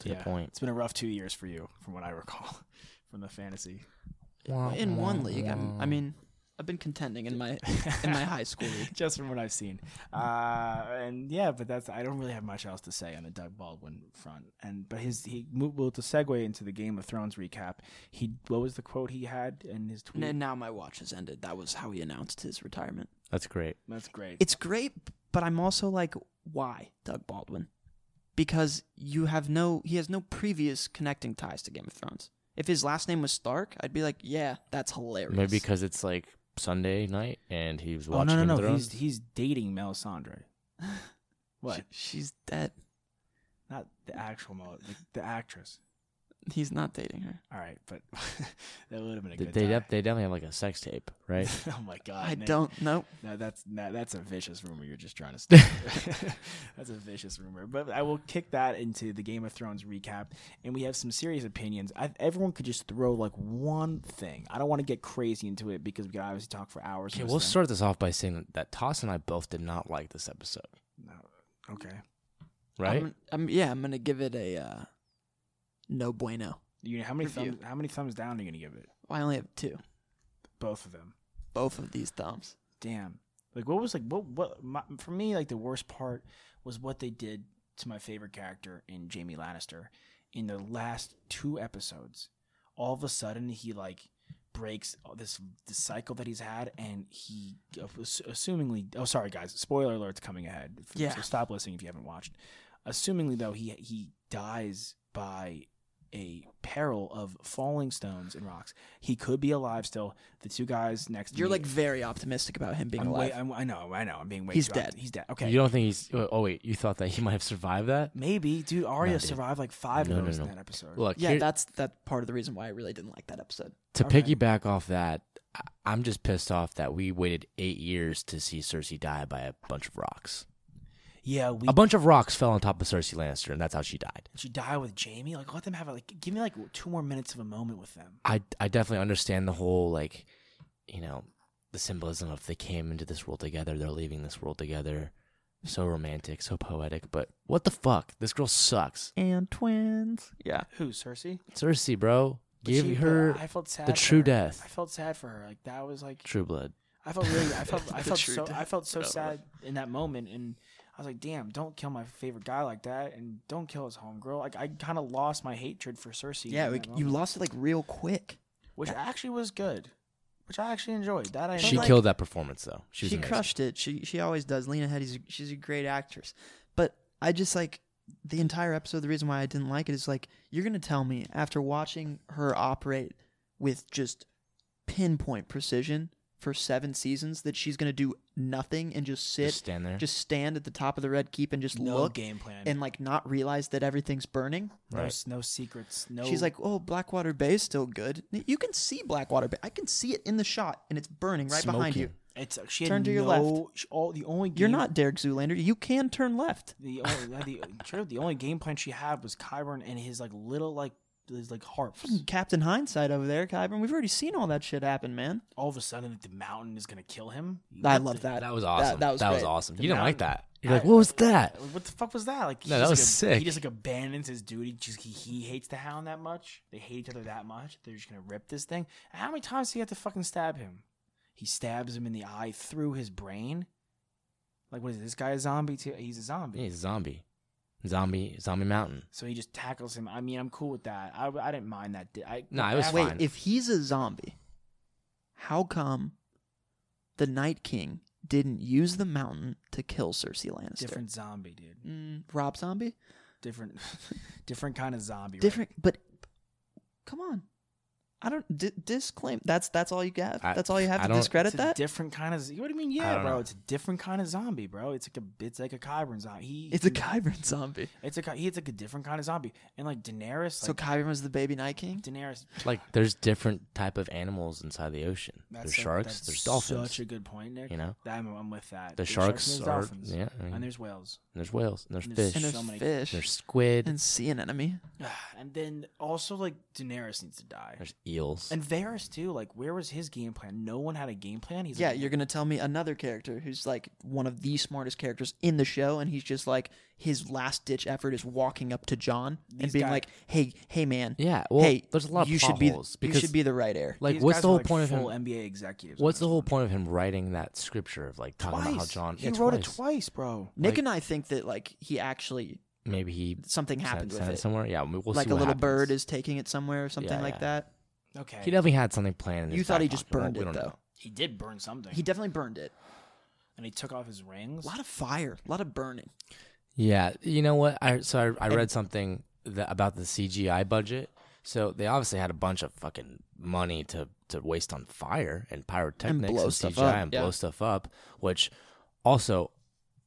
[SPEAKER 3] to
[SPEAKER 2] yeah.
[SPEAKER 3] the point.
[SPEAKER 2] It's been a rough two years for you, from what I recall, from the fantasy.
[SPEAKER 4] In one league, I'm, I mean, I've been contending in my in my high school league.
[SPEAKER 2] just from what I've seen. Uh, and yeah, but that's I don't really have much else to say on the Doug Baldwin front. And but his he moved well to segue into the Game of Thrones recap. He what was the quote he had in his tweet?
[SPEAKER 4] And now my watch has ended. That was how he announced his retirement.
[SPEAKER 3] That's great.
[SPEAKER 2] That's great.
[SPEAKER 4] It's great, but I'm also like, why Doug Baldwin? Because you have no, he has no previous connecting ties to Game of Thrones. If his last name was Stark, I'd be like, yeah, that's hilarious.
[SPEAKER 3] Maybe because it's like Sunday night and he was
[SPEAKER 2] oh
[SPEAKER 3] watching.
[SPEAKER 2] no no
[SPEAKER 3] Game of
[SPEAKER 2] no!
[SPEAKER 3] Thrones.
[SPEAKER 2] He's he's dating Melisandre. What?
[SPEAKER 4] She- she's dead.
[SPEAKER 2] Not the actual Mel, the, the actress.
[SPEAKER 4] He's not dating her.
[SPEAKER 2] All right, but that would have been a
[SPEAKER 3] They,
[SPEAKER 2] good.
[SPEAKER 3] they,
[SPEAKER 2] tie.
[SPEAKER 3] def- they definitely have like a sex tape, right?
[SPEAKER 2] oh my god!
[SPEAKER 4] I
[SPEAKER 2] Nick.
[SPEAKER 4] don't know.
[SPEAKER 2] No, that's no, that's a vicious rumor you're just trying to start. that's a vicious rumor. But I will kick that into the Game of Thrones recap, and we have some serious opinions. I, everyone could just throw like one thing. I don't want to get crazy into it because we could obviously talk for hours. on
[SPEAKER 3] okay,
[SPEAKER 2] this
[SPEAKER 3] we'll
[SPEAKER 2] thing.
[SPEAKER 3] start this off by saying that Toss and I both did not like this episode,
[SPEAKER 2] No, okay,
[SPEAKER 3] right?
[SPEAKER 4] I'm, I'm, yeah, I'm gonna give it a uh, no bueno.
[SPEAKER 2] you how many
[SPEAKER 4] Review.
[SPEAKER 2] thumbs, how many thumbs down are you gonna give it?
[SPEAKER 4] Well, I only have two.
[SPEAKER 2] Both of them.
[SPEAKER 4] Both of these thumbs.
[SPEAKER 2] Damn. Like what was like what what my, for me like the worst part was what they did to my favorite character in Jamie Lannister in the last two episodes. All of a sudden he like breaks this this cycle that he's had and he uh, ass- assumingly oh sorry guys spoiler alert's coming ahead If-
[SPEAKER 4] Yeah.
[SPEAKER 2] so stop listening if you haven't watched assumingly though he he dies by a peril of falling stones and rocks he could be alive still the two guys next to
[SPEAKER 4] You're
[SPEAKER 2] me-
[SPEAKER 4] like very optimistic about him being
[SPEAKER 2] I'm
[SPEAKER 4] alive.
[SPEAKER 2] Way, I'm, I know, I know. I'm being way.
[SPEAKER 4] He's
[SPEAKER 2] too
[SPEAKER 4] dead.
[SPEAKER 2] opti- He's dead. Okay.
[SPEAKER 3] You don't think he's? Oh wait, you thought that he might have survived that?
[SPEAKER 2] Maybe, dude. Arya
[SPEAKER 3] No, dude.
[SPEAKER 2] survived like five
[SPEAKER 3] No,
[SPEAKER 2] of
[SPEAKER 3] no,
[SPEAKER 2] those
[SPEAKER 3] no.
[SPEAKER 2] in that episode.
[SPEAKER 3] Look,
[SPEAKER 4] yeah,
[SPEAKER 3] here-
[SPEAKER 4] that's that part of the reason why I really didn't like that episode.
[SPEAKER 3] to
[SPEAKER 2] okay.
[SPEAKER 3] piggyback off that. I- I'm just pissed off that we waited eight years to see Cersei die by a bunch of rocks.
[SPEAKER 2] yeah, we.
[SPEAKER 3] a bunch of rocks fell on top of Cersei Lannister, and that's how she died.
[SPEAKER 2] she died with Jamie. Like, let them have it. Like, give me like two more minutes of a moment with them.
[SPEAKER 3] I I definitely understand the whole like, you know, the symbolism of they came into this world together, they're leaving this world together. So romantic, so poetic, but what the fuck? This girl sucks.
[SPEAKER 4] And twins. Yeah.
[SPEAKER 2] Who, Cersei?
[SPEAKER 3] Cersei, bro,
[SPEAKER 2] But
[SPEAKER 3] give
[SPEAKER 2] she- but
[SPEAKER 3] her
[SPEAKER 2] I felt sad
[SPEAKER 3] the
[SPEAKER 2] for
[SPEAKER 3] true
[SPEAKER 2] her.
[SPEAKER 3] death.
[SPEAKER 2] I felt sad for her. Like that was like.
[SPEAKER 3] True Blood.
[SPEAKER 2] I felt really. I felt. I
[SPEAKER 4] The
[SPEAKER 2] felt
[SPEAKER 4] true
[SPEAKER 2] so.
[SPEAKER 4] death.
[SPEAKER 2] I felt so
[SPEAKER 4] No.
[SPEAKER 2] sad in that moment, and I was like, "Damn, don't kill my favorite guy like that, and don't kill his homegirl." Like, I kind of lost my hatred for Cersei.
[SPEAKER 4] Yeah,
[SPEAKER 2] in
[SPEAKER 4] like,
[SPEAKER 2] that
[SPEAKER 4] you
[SPEAKER 2] moment,
[SPEAKER 4] lost it like real quick.
[SPEAKER 2] which actually was good, which I actually enjoyed. That I
[SPEAKER 3] She
[SPEAKER 2] enjoyed.
[SPEAKER 3] killed that performance though. She,
[SPEAKER 4] She,
[SPEAKER 3] was amazing.
[SPEAKER 4] crushed it. She she always does. Lena Headey's she's a great actress. But I just like the entire episode. The reason why I didn't like it is like you're gonna tell me after watching her operate with just pinpoint precision for seven seasons that she's gonna do nothing and just sit,
[SPEAKER 3] Just stand there.
[SPEAKER 4] just stand at the top of the red keep and just
[SPEAKER 2] no
[SPEAKER 4] look
[SPEAKER 2] game plan.
[SPEAKER 4] and like not realize that everything's burning.
[SPEAKER 2] No,
[SPEAKER 3] Right.
[SPEAKER 2] s- no secrets. No.
[SPEAKER 4] She's like, "Oh, Blackwater Bay is still good. You can see Blackwater Bay. I can see it in the shot, and it's burning right behind you.
[SPEAKER 3] Smoking.
[SPEAKER 2] it's she had
[SPEAKER 4] turn to your
[SPEAKER 2] no,
[SPEAKER 4] left.
[SPEAKER 2] sh- All the only game,
[SPEAKER 4] You're not Derek Zoolander. You can turn left.
[SPEAKER 2] the only the, true, the only game plan she had was Kyburn and his like little like his like harps.
[SPEAKER 4] Captain Hindsight over there, Kyburn. We've already seen all that shit happen, man.
[SPEAKER 2] All of a sudden, like, the mountain is gonna kill him.
[SPEAKER 4] I
[SPEAKER 2] What
[SPEAKER 4] love
[SPEAKER 2] the-
[SPEAKER 4] that.
[SPEAKER 3] That was awesome. That, was,
[SPEAKER 4] great.
[SPEAKER 3] awesome.
[SPEAKER 2] The
[SPEAKER 3] You didn't like
[SPEAKER 2] mountain-
[SPEAKER 3] that. You're like,
[SPEAKER 2] I-
[SPEAKER 3] what was that?
[SPEAKER 2] What the fuck was that? Like, he
[SPEAKER 3] No, that
[SPEAKER 2] just,
[SPEAKER 3] was
[SPEAKER 2] like, ab-
[SPEAKER 3] sick.
[SPEAKER 2] He just like abandons his duty. Just he, he hates the hound that much. They hate each other that much. They're just gonna rip this thing. How many times do you have to fucking stab him? He stabs him in the eye through his brain. Like, what is this guy a zombie? Too? He's a zombie.
[SPEAKER 3] Yeah, he's a zombie, zombie, zombie mountain.
[SPEAKER 2] So he just tackles him. I mean, I'm cool with that. I, I didn't mind that. di- I,
[SPEAKER 3] No, it was
[SPEAKER 2] after-
[SPEAKER 4] Wait,
[SPEAKER 3] fine.
[SPEAKER 4] if he's a zombie, how come the Night King didn't use the mountain to kill Cersei Lannister?
[SPEAKER 2] different zombie, dude.
[SPEAKER 4] Mm, Rob Zombie?
[SPEAKER 2] different, different kind of zombie.
[SPEAKER 4] Different, but come on. I don't di- disclaim. That's that's all you got.
[SPEAKER 3] I-
[SPEAKER 4] That's all you have
[SPEAKER 3] I
[SPEAKER 4] to
[SPEAKER 3] don't-
[SPEAKER 4] discredit
[SPEAKER 2] It's a
[SPEAKER 4] that.
[SPEAKER 2] different kind of. What do you mean?
[SPEAKER 3] I
[SPEAKER 2] Yeah,
[SPEAKER 3] don't
[SPEAKER 2] bro.
[SPEAKER 3] know.
[SPEAKER 2] It's a different kind of zombie, bro. It's like a. It's like a Kyber zombie. He.
[SPEAKER 4] it's a Kyber zombie.
[SPEAKER 2] It's a. ki- He's like a different kind of zombie, and like Daenerys.
[SPEAKER 4] So
[SPEAKER 2] Like,
[SPEAKER 4] Kyber was the baby Night King.
[SPEAKER 2] Daenerys.
[SPEAKER 3] Like there's different type of animals inside the ocean.
[SPEAKER 2] That's
[SPEAKER 3] there's
[SPEAKER 2] a-
[SPEAKER 3] sharks.
[SPEAKER 2] that's
[SPEAKER 3] There's dolphins.
[SPEAKER 2] Such a good point, Nick.
[SPEAKER 3] you know?
[SPEAKER 2] I'm, I'm with that.
[SPEAKER 3] The
[SPEAKER 2] There's
[SPEAKER 3] sharks
[SPEAKER 2] and
[SPEAKER 3] are-
[SPEAKER 2] there's dolphins,
[SPEAKER 3] yeah, I mean-
[SPEAKER 2] and there's whales,
[SPEAKER 3] there's whales. And there's
[SPEAKER 2] And there's
[SPEAKER 3] fish.
[SPEAKER 4] And
[SPEAKER 2] so
[SPEAKER 4] there's
[SPEAKER 2] many-
[SPEAKER 4] fish.
[SPEAKER 3] There's squid.
[SPEAKER 4] and sea anemone.
[SPEAKER 2] and then also like Daenerys needs to die,
[SPEAKER 3] there's eels.
[SPEAKER 2] and Varys too. Like, where was his game plan? No one had a game plan. He's
[SPEAKER 4] Yeah,
[SPEAKER 2] like,
[SPEAKER 4] you're gonna tell me another character who's like one of the smartest characters in the show, and he's just like his last ditch effort is walking up to John
[SPEAKER 2] These
[SPEAKER 4] and being
[SPEAKER 2] guy-
[SPEAKER 4] like, "Hey, hey, man,
[SPEAKER 3] Yeah, well,
[SPEAKER 4] hey,
[SPEAKER 3] there's a lot of
[SPEAKER 4] you
[SPEAKER 3] plot
[SPEAKER 4] should be,
[SPEAKER 3] holes
[SPEAKER 4] you
[SPEAKER 3] because-
[SPEAKER 4] should be the right heir."
[SPEAKER 3] like
[SPEAKER 2] these
[SPEAKER 3] what's
[SPEAKER 2] guys are,
[SPEAKER 3] the whole
[SPEAKER 2] like,
[SPEAKER 3] point of
[SPEAKER 2] full
[SPEAKER 3] him?
[SPEAKER 2] NBA executives. on
[SPEAKER 3] What's the
[SPEAKER 2] this
[SPEAKER 3] whole
[SPEAKER 2] one.
[SPEAKER 3] point of him writing that scripture of like talking about how
[SPEAKER 2] Twice.
[SPEAKER 3] John?
[SPEAKER 2] He
[SPEAKER 3] yeah,
[SPEAKER 2] wrote it
[SPEAKER 3] twice.
[SPEAKER 2] twice, bro.
[SPEAKER 4] Nick
[SPEAKER 3] like-
[SPEAKER 4] and I think that like he actually
[SPEAKER 3] Maybe he
[SPEAKER 4] something
[SPEAKER 3] sent-
[SPEAKER 4] happened with
[SPEAKER 3] sent
[SPEAKER 4] it.
[SPEAKER 3] somewhere. Yeah, we- we'll
[SPEAKER 4] like
[SPEAKER 3] see
[SPEAKER 4] a
[SPEAKER 3] what
[SPEAKER 4] little
[SPEAKER 3] happens.
[SPEAKER 4] bird is taking it somewhere or something
[SPEAKER 3] Yeah,
[SPEAKER 4] like
[SPEAKER 3] yeah.
[SPEAKER 4] that.
[SPEAKER 2] Okay,
[SPEAKER 3] He definitely had something planned. in
[SPEAKER 4] You
[SPEAKER 3] his
[SPEAKER 4] thought he
[SPEAKER 3] back
[SPEAKER 4] just
[SPEAKER 3] pocket. We
[SPEAKER 4] burned
[SPEAKER 3] don't-
[SPEAKER 4] it
[SPEAKER 3] we
[SPEAKER 4] though.
[SPEAKER 3] don't know.
[SPEAKER 2] he did burn something.
[SPEAKER 4] He definitely burned it.
[SPEAKER 2] and he took off his rings.
[SPEAKER 4] A lot of fire, a lot of burning.
[SPEAKER 3] Yeah, you know what? I so I, I read something that, about the CGI budget. So they obviously had a bunch of fucking money to to waste on fire and pyrotechnics and, CGI
[SPEAKER 4] blow stuff up,
[SPEAKER 3] and
[SPEAKER 4] yeah.
[SPEAKER 3] blow stuff up. Which also,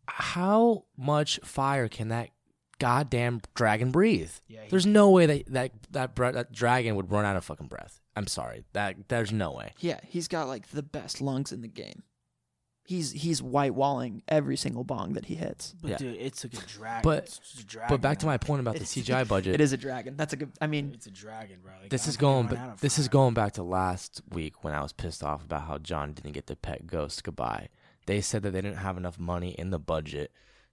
[SPEAKER 3] how much fire can that goddamn dragon breathe?
[SPEAKER 2] Yeah, he-
[SPEAKER 3] there's no way that that that, bre- that dragon would run out of fucking breath. I'm sorry, that there's no way.
[SPEAKER 4] Yeah, he's got like the best lungs in the game. He's he's white walling every single bong that he hits.
[SPEAKER 2] but
[SPEAKER 3] yeah.
[SPEAKER 2] dude, it's like a dragon.
[SPEAKER 3] But-
[SPEAKER 2] it's a dragon.
[SPEAKER 3] But back to my point about the CGI budget.
[SPEAKER 4] It is a dragon. That's a good. I mean,
[SPEAKER 2] It's a dragon, bro. Like,
[SPEAKER 3] This
[SPEAKER 2] I'm
[SPEAKER 3] is
[SPEAKER 2] gonna
[SPEAKER 3] going.
[SPEAKER 2] run out
[SPEAKER 3] But
[SPEAKER 2] of
[SPEAKER 3] this is
[SPEAKER 2] fire.
[SPEAKER 3] going back to last week when I was pissed off about how John didn't get the pet ghost goodbye. They said that they didn't have enough money in the budget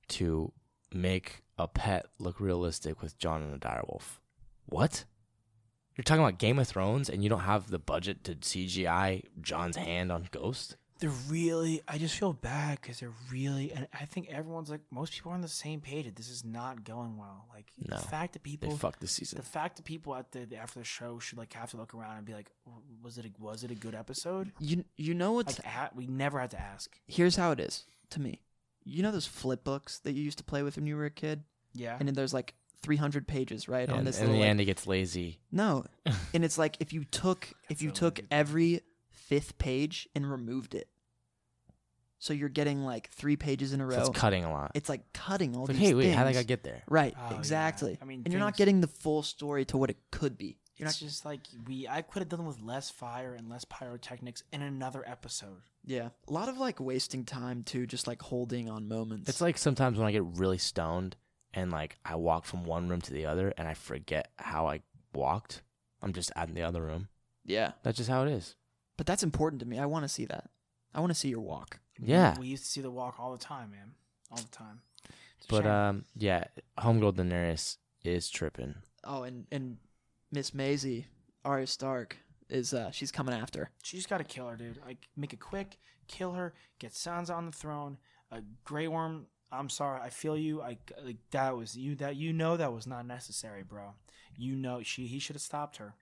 [SPEAKER 3] to make a pet look realistic with John and the direwolf. What? You're talking about Game of Thrones and you don't have the budget to CGI John's hand on Ghost?
[SPEAKER 2] They're really. I just feel bad because they're really. And I think everyone's like, most people are on the same page. that This is not going well. Like
[SPEAKER 3] No.
[SPEAKER 2] the fact that
[SPEAKER 3] They
[SPEAKER 2] people,
[SPEAKER 3] fucked the season.
[SPEAKER 2] the fact that people at the after the show should like have to look around and be like, "W- was it a, was it a good episode?
[SPEAKER 4] you you know what's
[SPEAKER 2] Like, a we never had to ask.
[SPEAKER 4] here's how it is to me. You know those flip books that you used to play with when you were a kid,
[SPEAKER 2] Yeah.
[SPEAKER 4] and then there's like 300 pages right on
[SPEAKER 3] and
[SPEAKER 4] this.
[SPEAKER 3] in the
[SPEAKER 4] little, like-
[SPEAKER 3] end, he gets lazy.
[SPEAKER 4] no, and it's like if you took if you took every fifth page and removed it, so you're getting like three pages in a
[SPEAKER 3] So
[SPEAKER 4] row.
[SPEAKER 3] it's cutting a lot.
[SPEAKER 4] It's like cutting all
[SPEAKER 3] It's like,
[SPEAKER 4] these
[SPEAKER 3] hey, wait, how did I
[SPEAKER 4] things.
[SPEAKER 3] gotta get there?
[SPEAKER 4] Right,
[SPEAKER 2] Oh, yeah.
[SPEAKER 4] exactly.
[SPEAKER 2] I mean,
[SPEAKER 4] and you're not
[SPEAKER 2] things-
[SPEAKER 4] getting the full story to what it could be. You're
[SPEAKER 2] it's
[SPEAKER 4] not.
[SPEAKER 2] just like we. I could have done with less fire and less pyrotechnics in another episode.
[SPEAKER 4] Yeah, a lot of like wasting time too, just like holding on moments.
[SPEAKER 3] It's like sometimes when I get really stoned and like I walk from one room to the other and I forget how I walked. I'm just out in the other room.
[SPEAKER 4] yeah,
[SPEAKER 3] That's just how it is.
[SPEAKER 4] but that's important to me. I want to see that. I want to see your walk.
[SPEAKER 2] Mm-hmm.
[SPEAKER 3] Yeah.
[SPEAKER 2] We used to see the walk all the time, man. All the time. It's a
[SPEAKER 3] But
[SPEAKER 4] uh,
[SPEAKER 2] shame.
[SPEAKER 3] um yeah, homegirl Daenerys is tripping.
[SPEAKER 4] Oh, and and Miss Maisie, Arya Stark is uh she's coming after.
[SPEAKER 2] She just gotta kill her, dude. Like, make it quick, kill her, get Sansa on the throne. A Grey Worm. I'm sorry, I feel you. I like that was you. That you know that was not necessary, bro. You know she. He should have stopped her.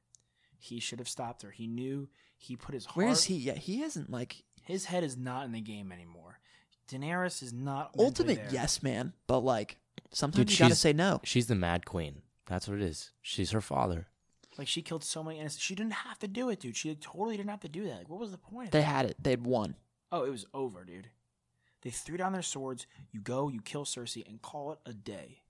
[SPEAKER 2] He should have stopped her. He knew. He put his heart.
[SPEAKER 4] Where is he? Yeah, he isn't like
[SPEAKER 2] His head is not in the game anymore. Daenerys is not mentally
[SPEAKER 4] ultimate
[SPEAKER 2] there.
[SPEAKER 4] yes man, but like sometimes
[SPEAKER 3] Dude,
[SPEAKER 4] you gotta
[SPEAKER 3] she's-
[SPEAKER 4] say no.
[SPEAKER 3] She's the mad queen. That's what it is. She's her father.
[SPEAKER 2] Like she killed so many innocent. She didn't have to do it, dude. She totally didn't have to do that. Like, what was the point? of
[SPEAKER 4] They
[SPEAKER 2] that?
[SPEAKER 4] had it. They'd won.
[SPEAKER 2] Oh, it was over, dude. They threw down their swords. You go, you kill Cersei, and call it a day.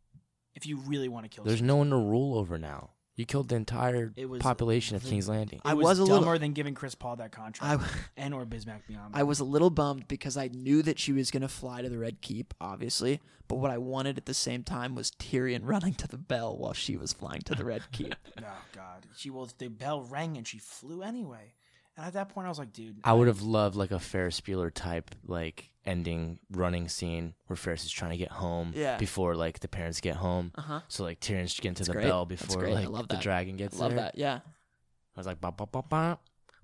[SPEAKER 2] If you really want to kill
[SPEAKER 3] There's
[SPEAKER 2] Cersei.
[SPEAKER 3] no one to rule over now. You killed the entire
[SPEAKER 2] It was
[SPEAKER 3] population of
[SPEAKER 2] the-
[SPEAKER 3] King's Landing.
[SPEAKER 2] It
[SPEAKER 4] I was a
[SPEAKER 2] dumber
[SPEAKER 4] little-
[SPEAKER 2] than giving Chris Paul that contract
[SPEAKER 4] I w-
[SPEAKER 2] and or Bismack Beyond.
[SPEAKER 4] I was a little bummed because I knew that she was going to fly to the Red Keep, obviously. But what I wanted at the same time was Tyrion running to the bell while she was flying to the Red Keep.
[SPEAKER 2] oh god, she well the bell rang and she flew anyway. And at that point, I was like, dude,
[SPEAKER 3] I would have loved like a Ferris Bueller type like ending running scene where Ferris is trying to get home
[SPEAKER 4] Yeah.
[SPEAKER 3] before like the parents get home.
[SPEAKER 4] Uh-huh.
[SPEAKER 3] So like Tyrion's getting to
[SPEAKER 4] That's
[SPEAKER 3] the
[SPEAKER 4] great.
[SPEAKER 3] bell
[SPEAKER 4] That's
[SPEAKER 3] before
[SPEAKER 4] great. I
[SPEAKER 3] like
[SPEAKER 4] love
[SPEAKER 3] the
[SPEAKER 4] that.
[SPEAKER 3] dragon gets
[SPEAKER 4] Love
[SPEAKER 3] there.
[SPEAKER 4] that. Yeah.
[SPEAKER 3] I was like ba ba ba ba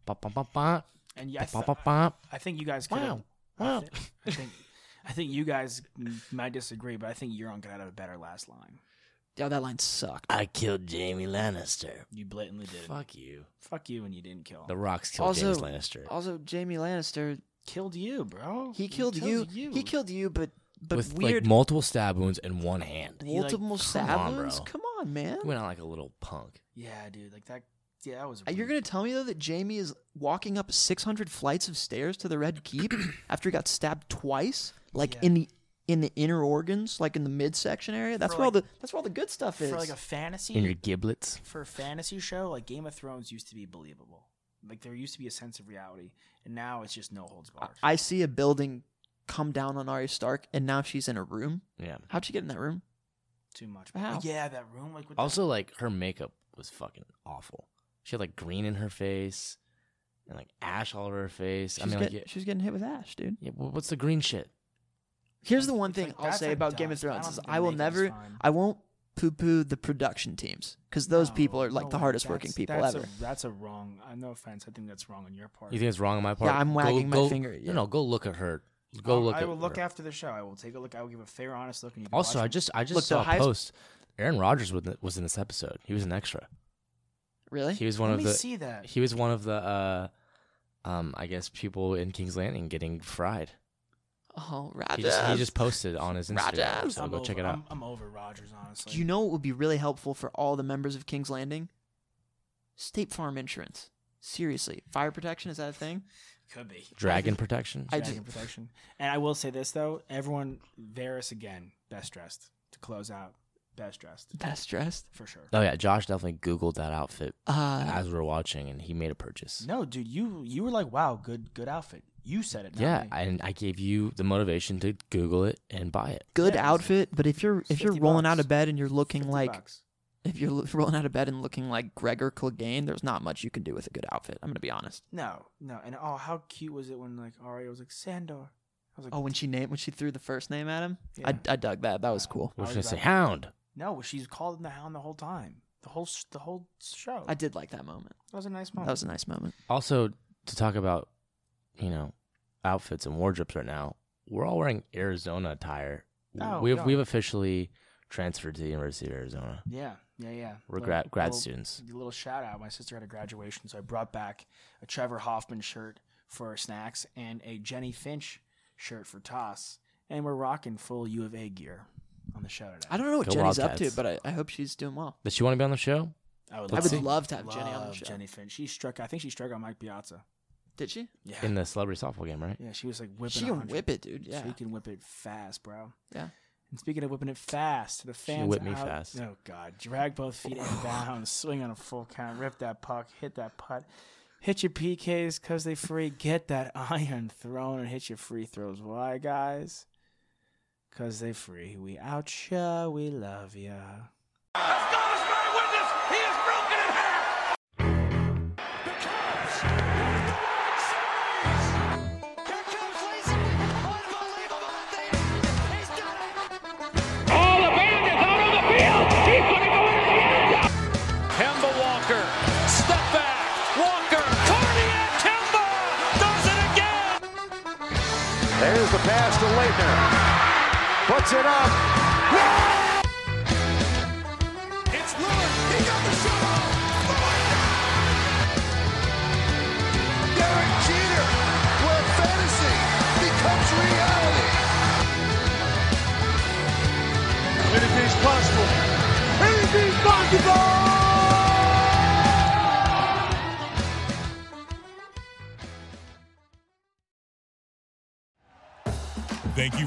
[SPEAKER 3] ba ba ba ba
[SPEAKER 2] and yeah, I,
[SPEAKER 3] ba ba
[SPEAKER 2] th-
[SPEAKER 3] ba ba.
[SPEAKER 2] I think you guys could.
[SPEAKER 3] Wow. Wow.
[SPEAKER 2] I think, I think you guys might disagree, but I think Euron could have had a better last line.
[SPEAKER 4] Yeah, that line sucked.
[SPEAKER 3] I killed Jamie Lannister.
[SPEAKER 2] You blatantly did. Fuck,
[SPEAKER 3] Fuck you.
[SPEAKER 2] you, and you didn't kill. him.
[SPEAKER 3] The Rocks killed James Lannister.
[SPEAKER 4] also Jamie Lannister,
[SPEAKER 2] Oh, killed you, bro.
[SPEAKER 4] he killed you. He killed you, but but
[SPEAKER 3] with
[SPEAKER 4] weird-
[SPEAKER 3] like multiple stab wounds in one hand.
[SPEAKER 4] Multiple stab
[SPEAKER 3] come on,
[SPEAKER 4] wounds?
[SPEAKER 3] bro.
[SPEAKER 4] Come on, man.
[SPEAKER 3] He went out like a little punk.
[SPEAKER 2] Yeah, dude. Like that. Yeah, that was.
[SPEAKER 4] Uh, You're gonna tell me though that Jamie is walking up 600 flights of stairs to the Red Keep after he got stabbed twice, like in the in the inner organs, like in the midsection area. That's where all the that's where all the good stuff is.
[SPEAKER 2] for like a fantasy
[SPEAKER 3] In your giblets.
[SPEAKER 2] for a fantasy show, like Game of Thrones used to be believable. Like there used to be a sense of reality, and now it's just no holds barred.
[SPEAKER 4] I see a building come down on Arya Stark, and now she's in a room.
[SPEAKER 3] Yeah.
[SPEAKER 4] How'd she get in that room?
[SPEAKER 2] Too much.
[SPEAKER 4] How?
[SPEAKER 2] Yeah, that room. Like with the-
[SPEAKER 3] Also, like her makeup was fucking awful. She had like green in her face and like ash all over her face.
[SPEAKER 4] She's,
[SPEAKER 3] I mean,
[SPEAKER 4] get-
[SPEAKER 3] like, yeah,
[SPEAKER 4] she's getting hit with ash, dude.
[SPEAKER 3] yeah, wh- what's the green shit?
[SPEAKER 4] Here's the one thing I'll
[SPEAKER 2] that's
[SPEAKER 4] say
[SPEAKER 2] like
[SPEAKER 4] about Game of
[SPEAKER 2] dust. I
[SPEAKER 4] Thrones
[SPEAKER 2] don't
[SPEAKER 4] is
[SPEAKER 2] think the
[SPEAKER 4] I will
[SPEAKER 2] makeup's
[SPEAKER 4] never,
[SPEAKER 2] fine.
[SPEAKER 4] I won't poo-poo the production teams because those people are like
[SPEAKER 2] No,
[SPEAKER 4] the hardest working
[SPEAKER 2] that's-
[SPEAKER 4] people
[SPEAKER 2] that's
[SPEAKER 4] ever.
[SPEAKER 2] A, that's a wrong. Uh, no offense. I think that's wrong on your part.
[SPEAKER 3] You think it's wrong on my part?
[SPEAKER 4] I'm
[SPEAKER 3] Go-
[SPEAKER 4] wagging my
[SPEAKER 3] go-
[SPEAKER 4] finger,
[SPEAKER 3] No,
[SPEAKER 4] yeah.
[SPEAKER 3] no, go look at her. Go
[SPEAKER 2] I'll-
[SPEAKER 3] look.
[SPEAKER 2] Um, I
[SPEAKER 3] at
[SPEAKER 2] will look
[SPEAKER 3] her.
[SPEAKER 2] after the show. I will take a look. I will give a fair, honest look. And you can
[SPEAKER 3] Also,
[SPEAKER 2] watch
[SPEAKER 3] I
[SPEAKER 2] it.
[SPEAKER 3] just I just
[SPEAKER 4] Look, the
[SPEAKER 3] saw a
[SPEAKER 4] highest-
[SPEAKER 3] post. Aaron Rodgers was was in this episode. He was an extra.
[SPEAKER 4] really?
[SPEAKER 3] He was one
[SPEAKER 2] Let
[SPEAKER 3] of
[SPEAKER 2] me
[SPEAKER 3] the.
[SPEAKER 2] see that.
[SPEAKER 3] He was one of the. uh um, I guess people in King's Landing getting fried.
[SPEAKER 4] oh, Roger.
[SPEAKER 3] He just, he just posted on his Instagram,
[SPEAKER 4] Rodgers.
[SPEAKER 3] so
[SPEAKER 2] I'm
[SPEAKER 3] go
[SPEAKER 2] over,
[SPEAKER 3] check it out.
[SPEAKER 2] I'm, I'm over Rogers, honestly.
[SPEAKER 4] Do you know what would be really helpful for all the members of King's Landing? State Farm insurance. Seriously, fire protection is that a thing?
[SPEAKER 2] could be
[SPEAKER 3] Dragon protection.
[SPEAKER 4] I
[SPEAKER 2] dragon
[SPEAKER 4] just-
[SPEAKER 2] protection. And I will say this though, everyone, Varys again, best dressed to close out, best dressed
[SPEAKER 4] Best dressed.
[SPEAKER 2] for sure.
[SPEAKER 3] Oh yeah, Josh definitely googled that outfit
[SPEAKER 4] Uh,
[SPEAKER 3] as we were watching, and he made a purchase.
[SPEAKER 2] No, dude, you you were like, wow, good good outfit. You said it. not
[SPEAKER 3] yeah,
[SPEAKER 2] me.
[SPEAKER 3] and I gave you the motivation to Google it and buy it.
[SPEAKER 4] good
[SPEAKER 2] Yeah, it's
[SPEAKER 4] outfit, but if you're if you're
[SPEAKER 2] 50
[SPEAKER 4] rolling out
[SPEAKER 2] bucks.
[SPEAKER 4] of bed and you're looking
[SPEAKER 2] 50
[SPEAKER 4] like
[SPEAKER 2] bucks.
[SPEAKER 4] if you're lo- rolling out of bed and looking like Gregor Clegane, there's not much you can do with a good outfit. I'm gonna be honest.
[SPEAKER 2] no, no, and oh, how cute was it when like Arya was like Sandor? I was like,
[SPEAKER 4] Oh, when she named when she threw the first name at him,
[SPEAKER 2] Yeah.
[SPEAKER 4] I, I dug that. That was cool.
[SPEAKER 3] I was
[SPEAKER 2] was
[SPEAKER 3] gonna say
[SPEAKER 2] about-
[SPEAKER 3] hound.
[SPEAKER 2] no, she's called him the Hound the whole time, the whole s- the whole show.
[SPEAKER 4] I did like that moment.
[SPEAKER 2] that was a nice
[SPEAKER 4] That
[SPEAKER 2] moment.
[SPEAKER 4] was a nice moment.
[SPEAKER 3] Also, to talk about, you know, outfits and wardrobes right now, we're all wearing Arizona attire.
[SPEAKER 2] Oh,
[SPEAKER 3] we've
[SPEAKER 2] God.
[SPEAKER 3] we've officially transferred to the University of Arizona.
[SPEAKER 2] Yeah, yeah, yeah.
[SPEAKER 3] We're
[SPEAKER 2] Little-
[SPEAKER 3] grad grad
[SPEAKER 2] little-
[SPEAKER 3] students.
[SPEAKER 2] A little shout out. My sister had a graduation, so I brought back a Trevor Hoffman shirt for snacks and a Jenny Finch shirt for toss, and we're rocking full U of A gear on the show today.
[SPEAKER 4] I don't know what
[SPEAKER 3] Go
[SPEAKER 4] Jenny's up to,
[SPEAKER 3] Wildcats.
[SPEAKER 4] but I, I hope she's doing well.
[SPEAKER 3] Does she want to be on the show?
[SPEAKER 2] I would,
[SPEAKER 3] I would
[SPEAKER 4] love to have Jenny on the
[SPEAKER 2] love
[SPEAKER 4] show.
[SPEAKER 2] Jenny Finch. She struck. I think she struck out Mike Piazza.
[SPEAKER 4] Did she?
[SPEAKER 2] Yeah.
[SPEAKER 3] In the celebrity softball game, right?
[SPEAKER 2] yeah, she was like whipping.
[SPEAKER 4] She can
[SPEAKER 2] 100.
[SPEAKER 4] whip it, dude. Yeah.
[SPEAKER 2] She can whip it fast, bro.
[SPEAKER 4] Yeah.
[SPEAKER 2] And speaking of whipping it fast, the fans
[SPEAKER 3] whipped me
[SPEAKER 2] out-
[SPEAKER 3] fast.
[SPEAKER 2] Oh god, drag both feet inbound, swing on a full count, rip that puck, hit that putt, hit your PKs because they free, get that iron thrown, and hit your free throws. Why, guys? Cause they free. We out ya. We love ya.
[SPEAKER 7] Kemba Walker, step back, Walker, Cardiac Kemba does it again.
[SPEAKER 9] There's the pass to Leitner. Puts it up.
[SPEAKER 7] It's Lillard. He got the shot off.
[SPEAKER 9] Derek Jeter, where fantasy becomes reality. Anything's possible. Anything's possible.
[SPEAKER 1] Thank you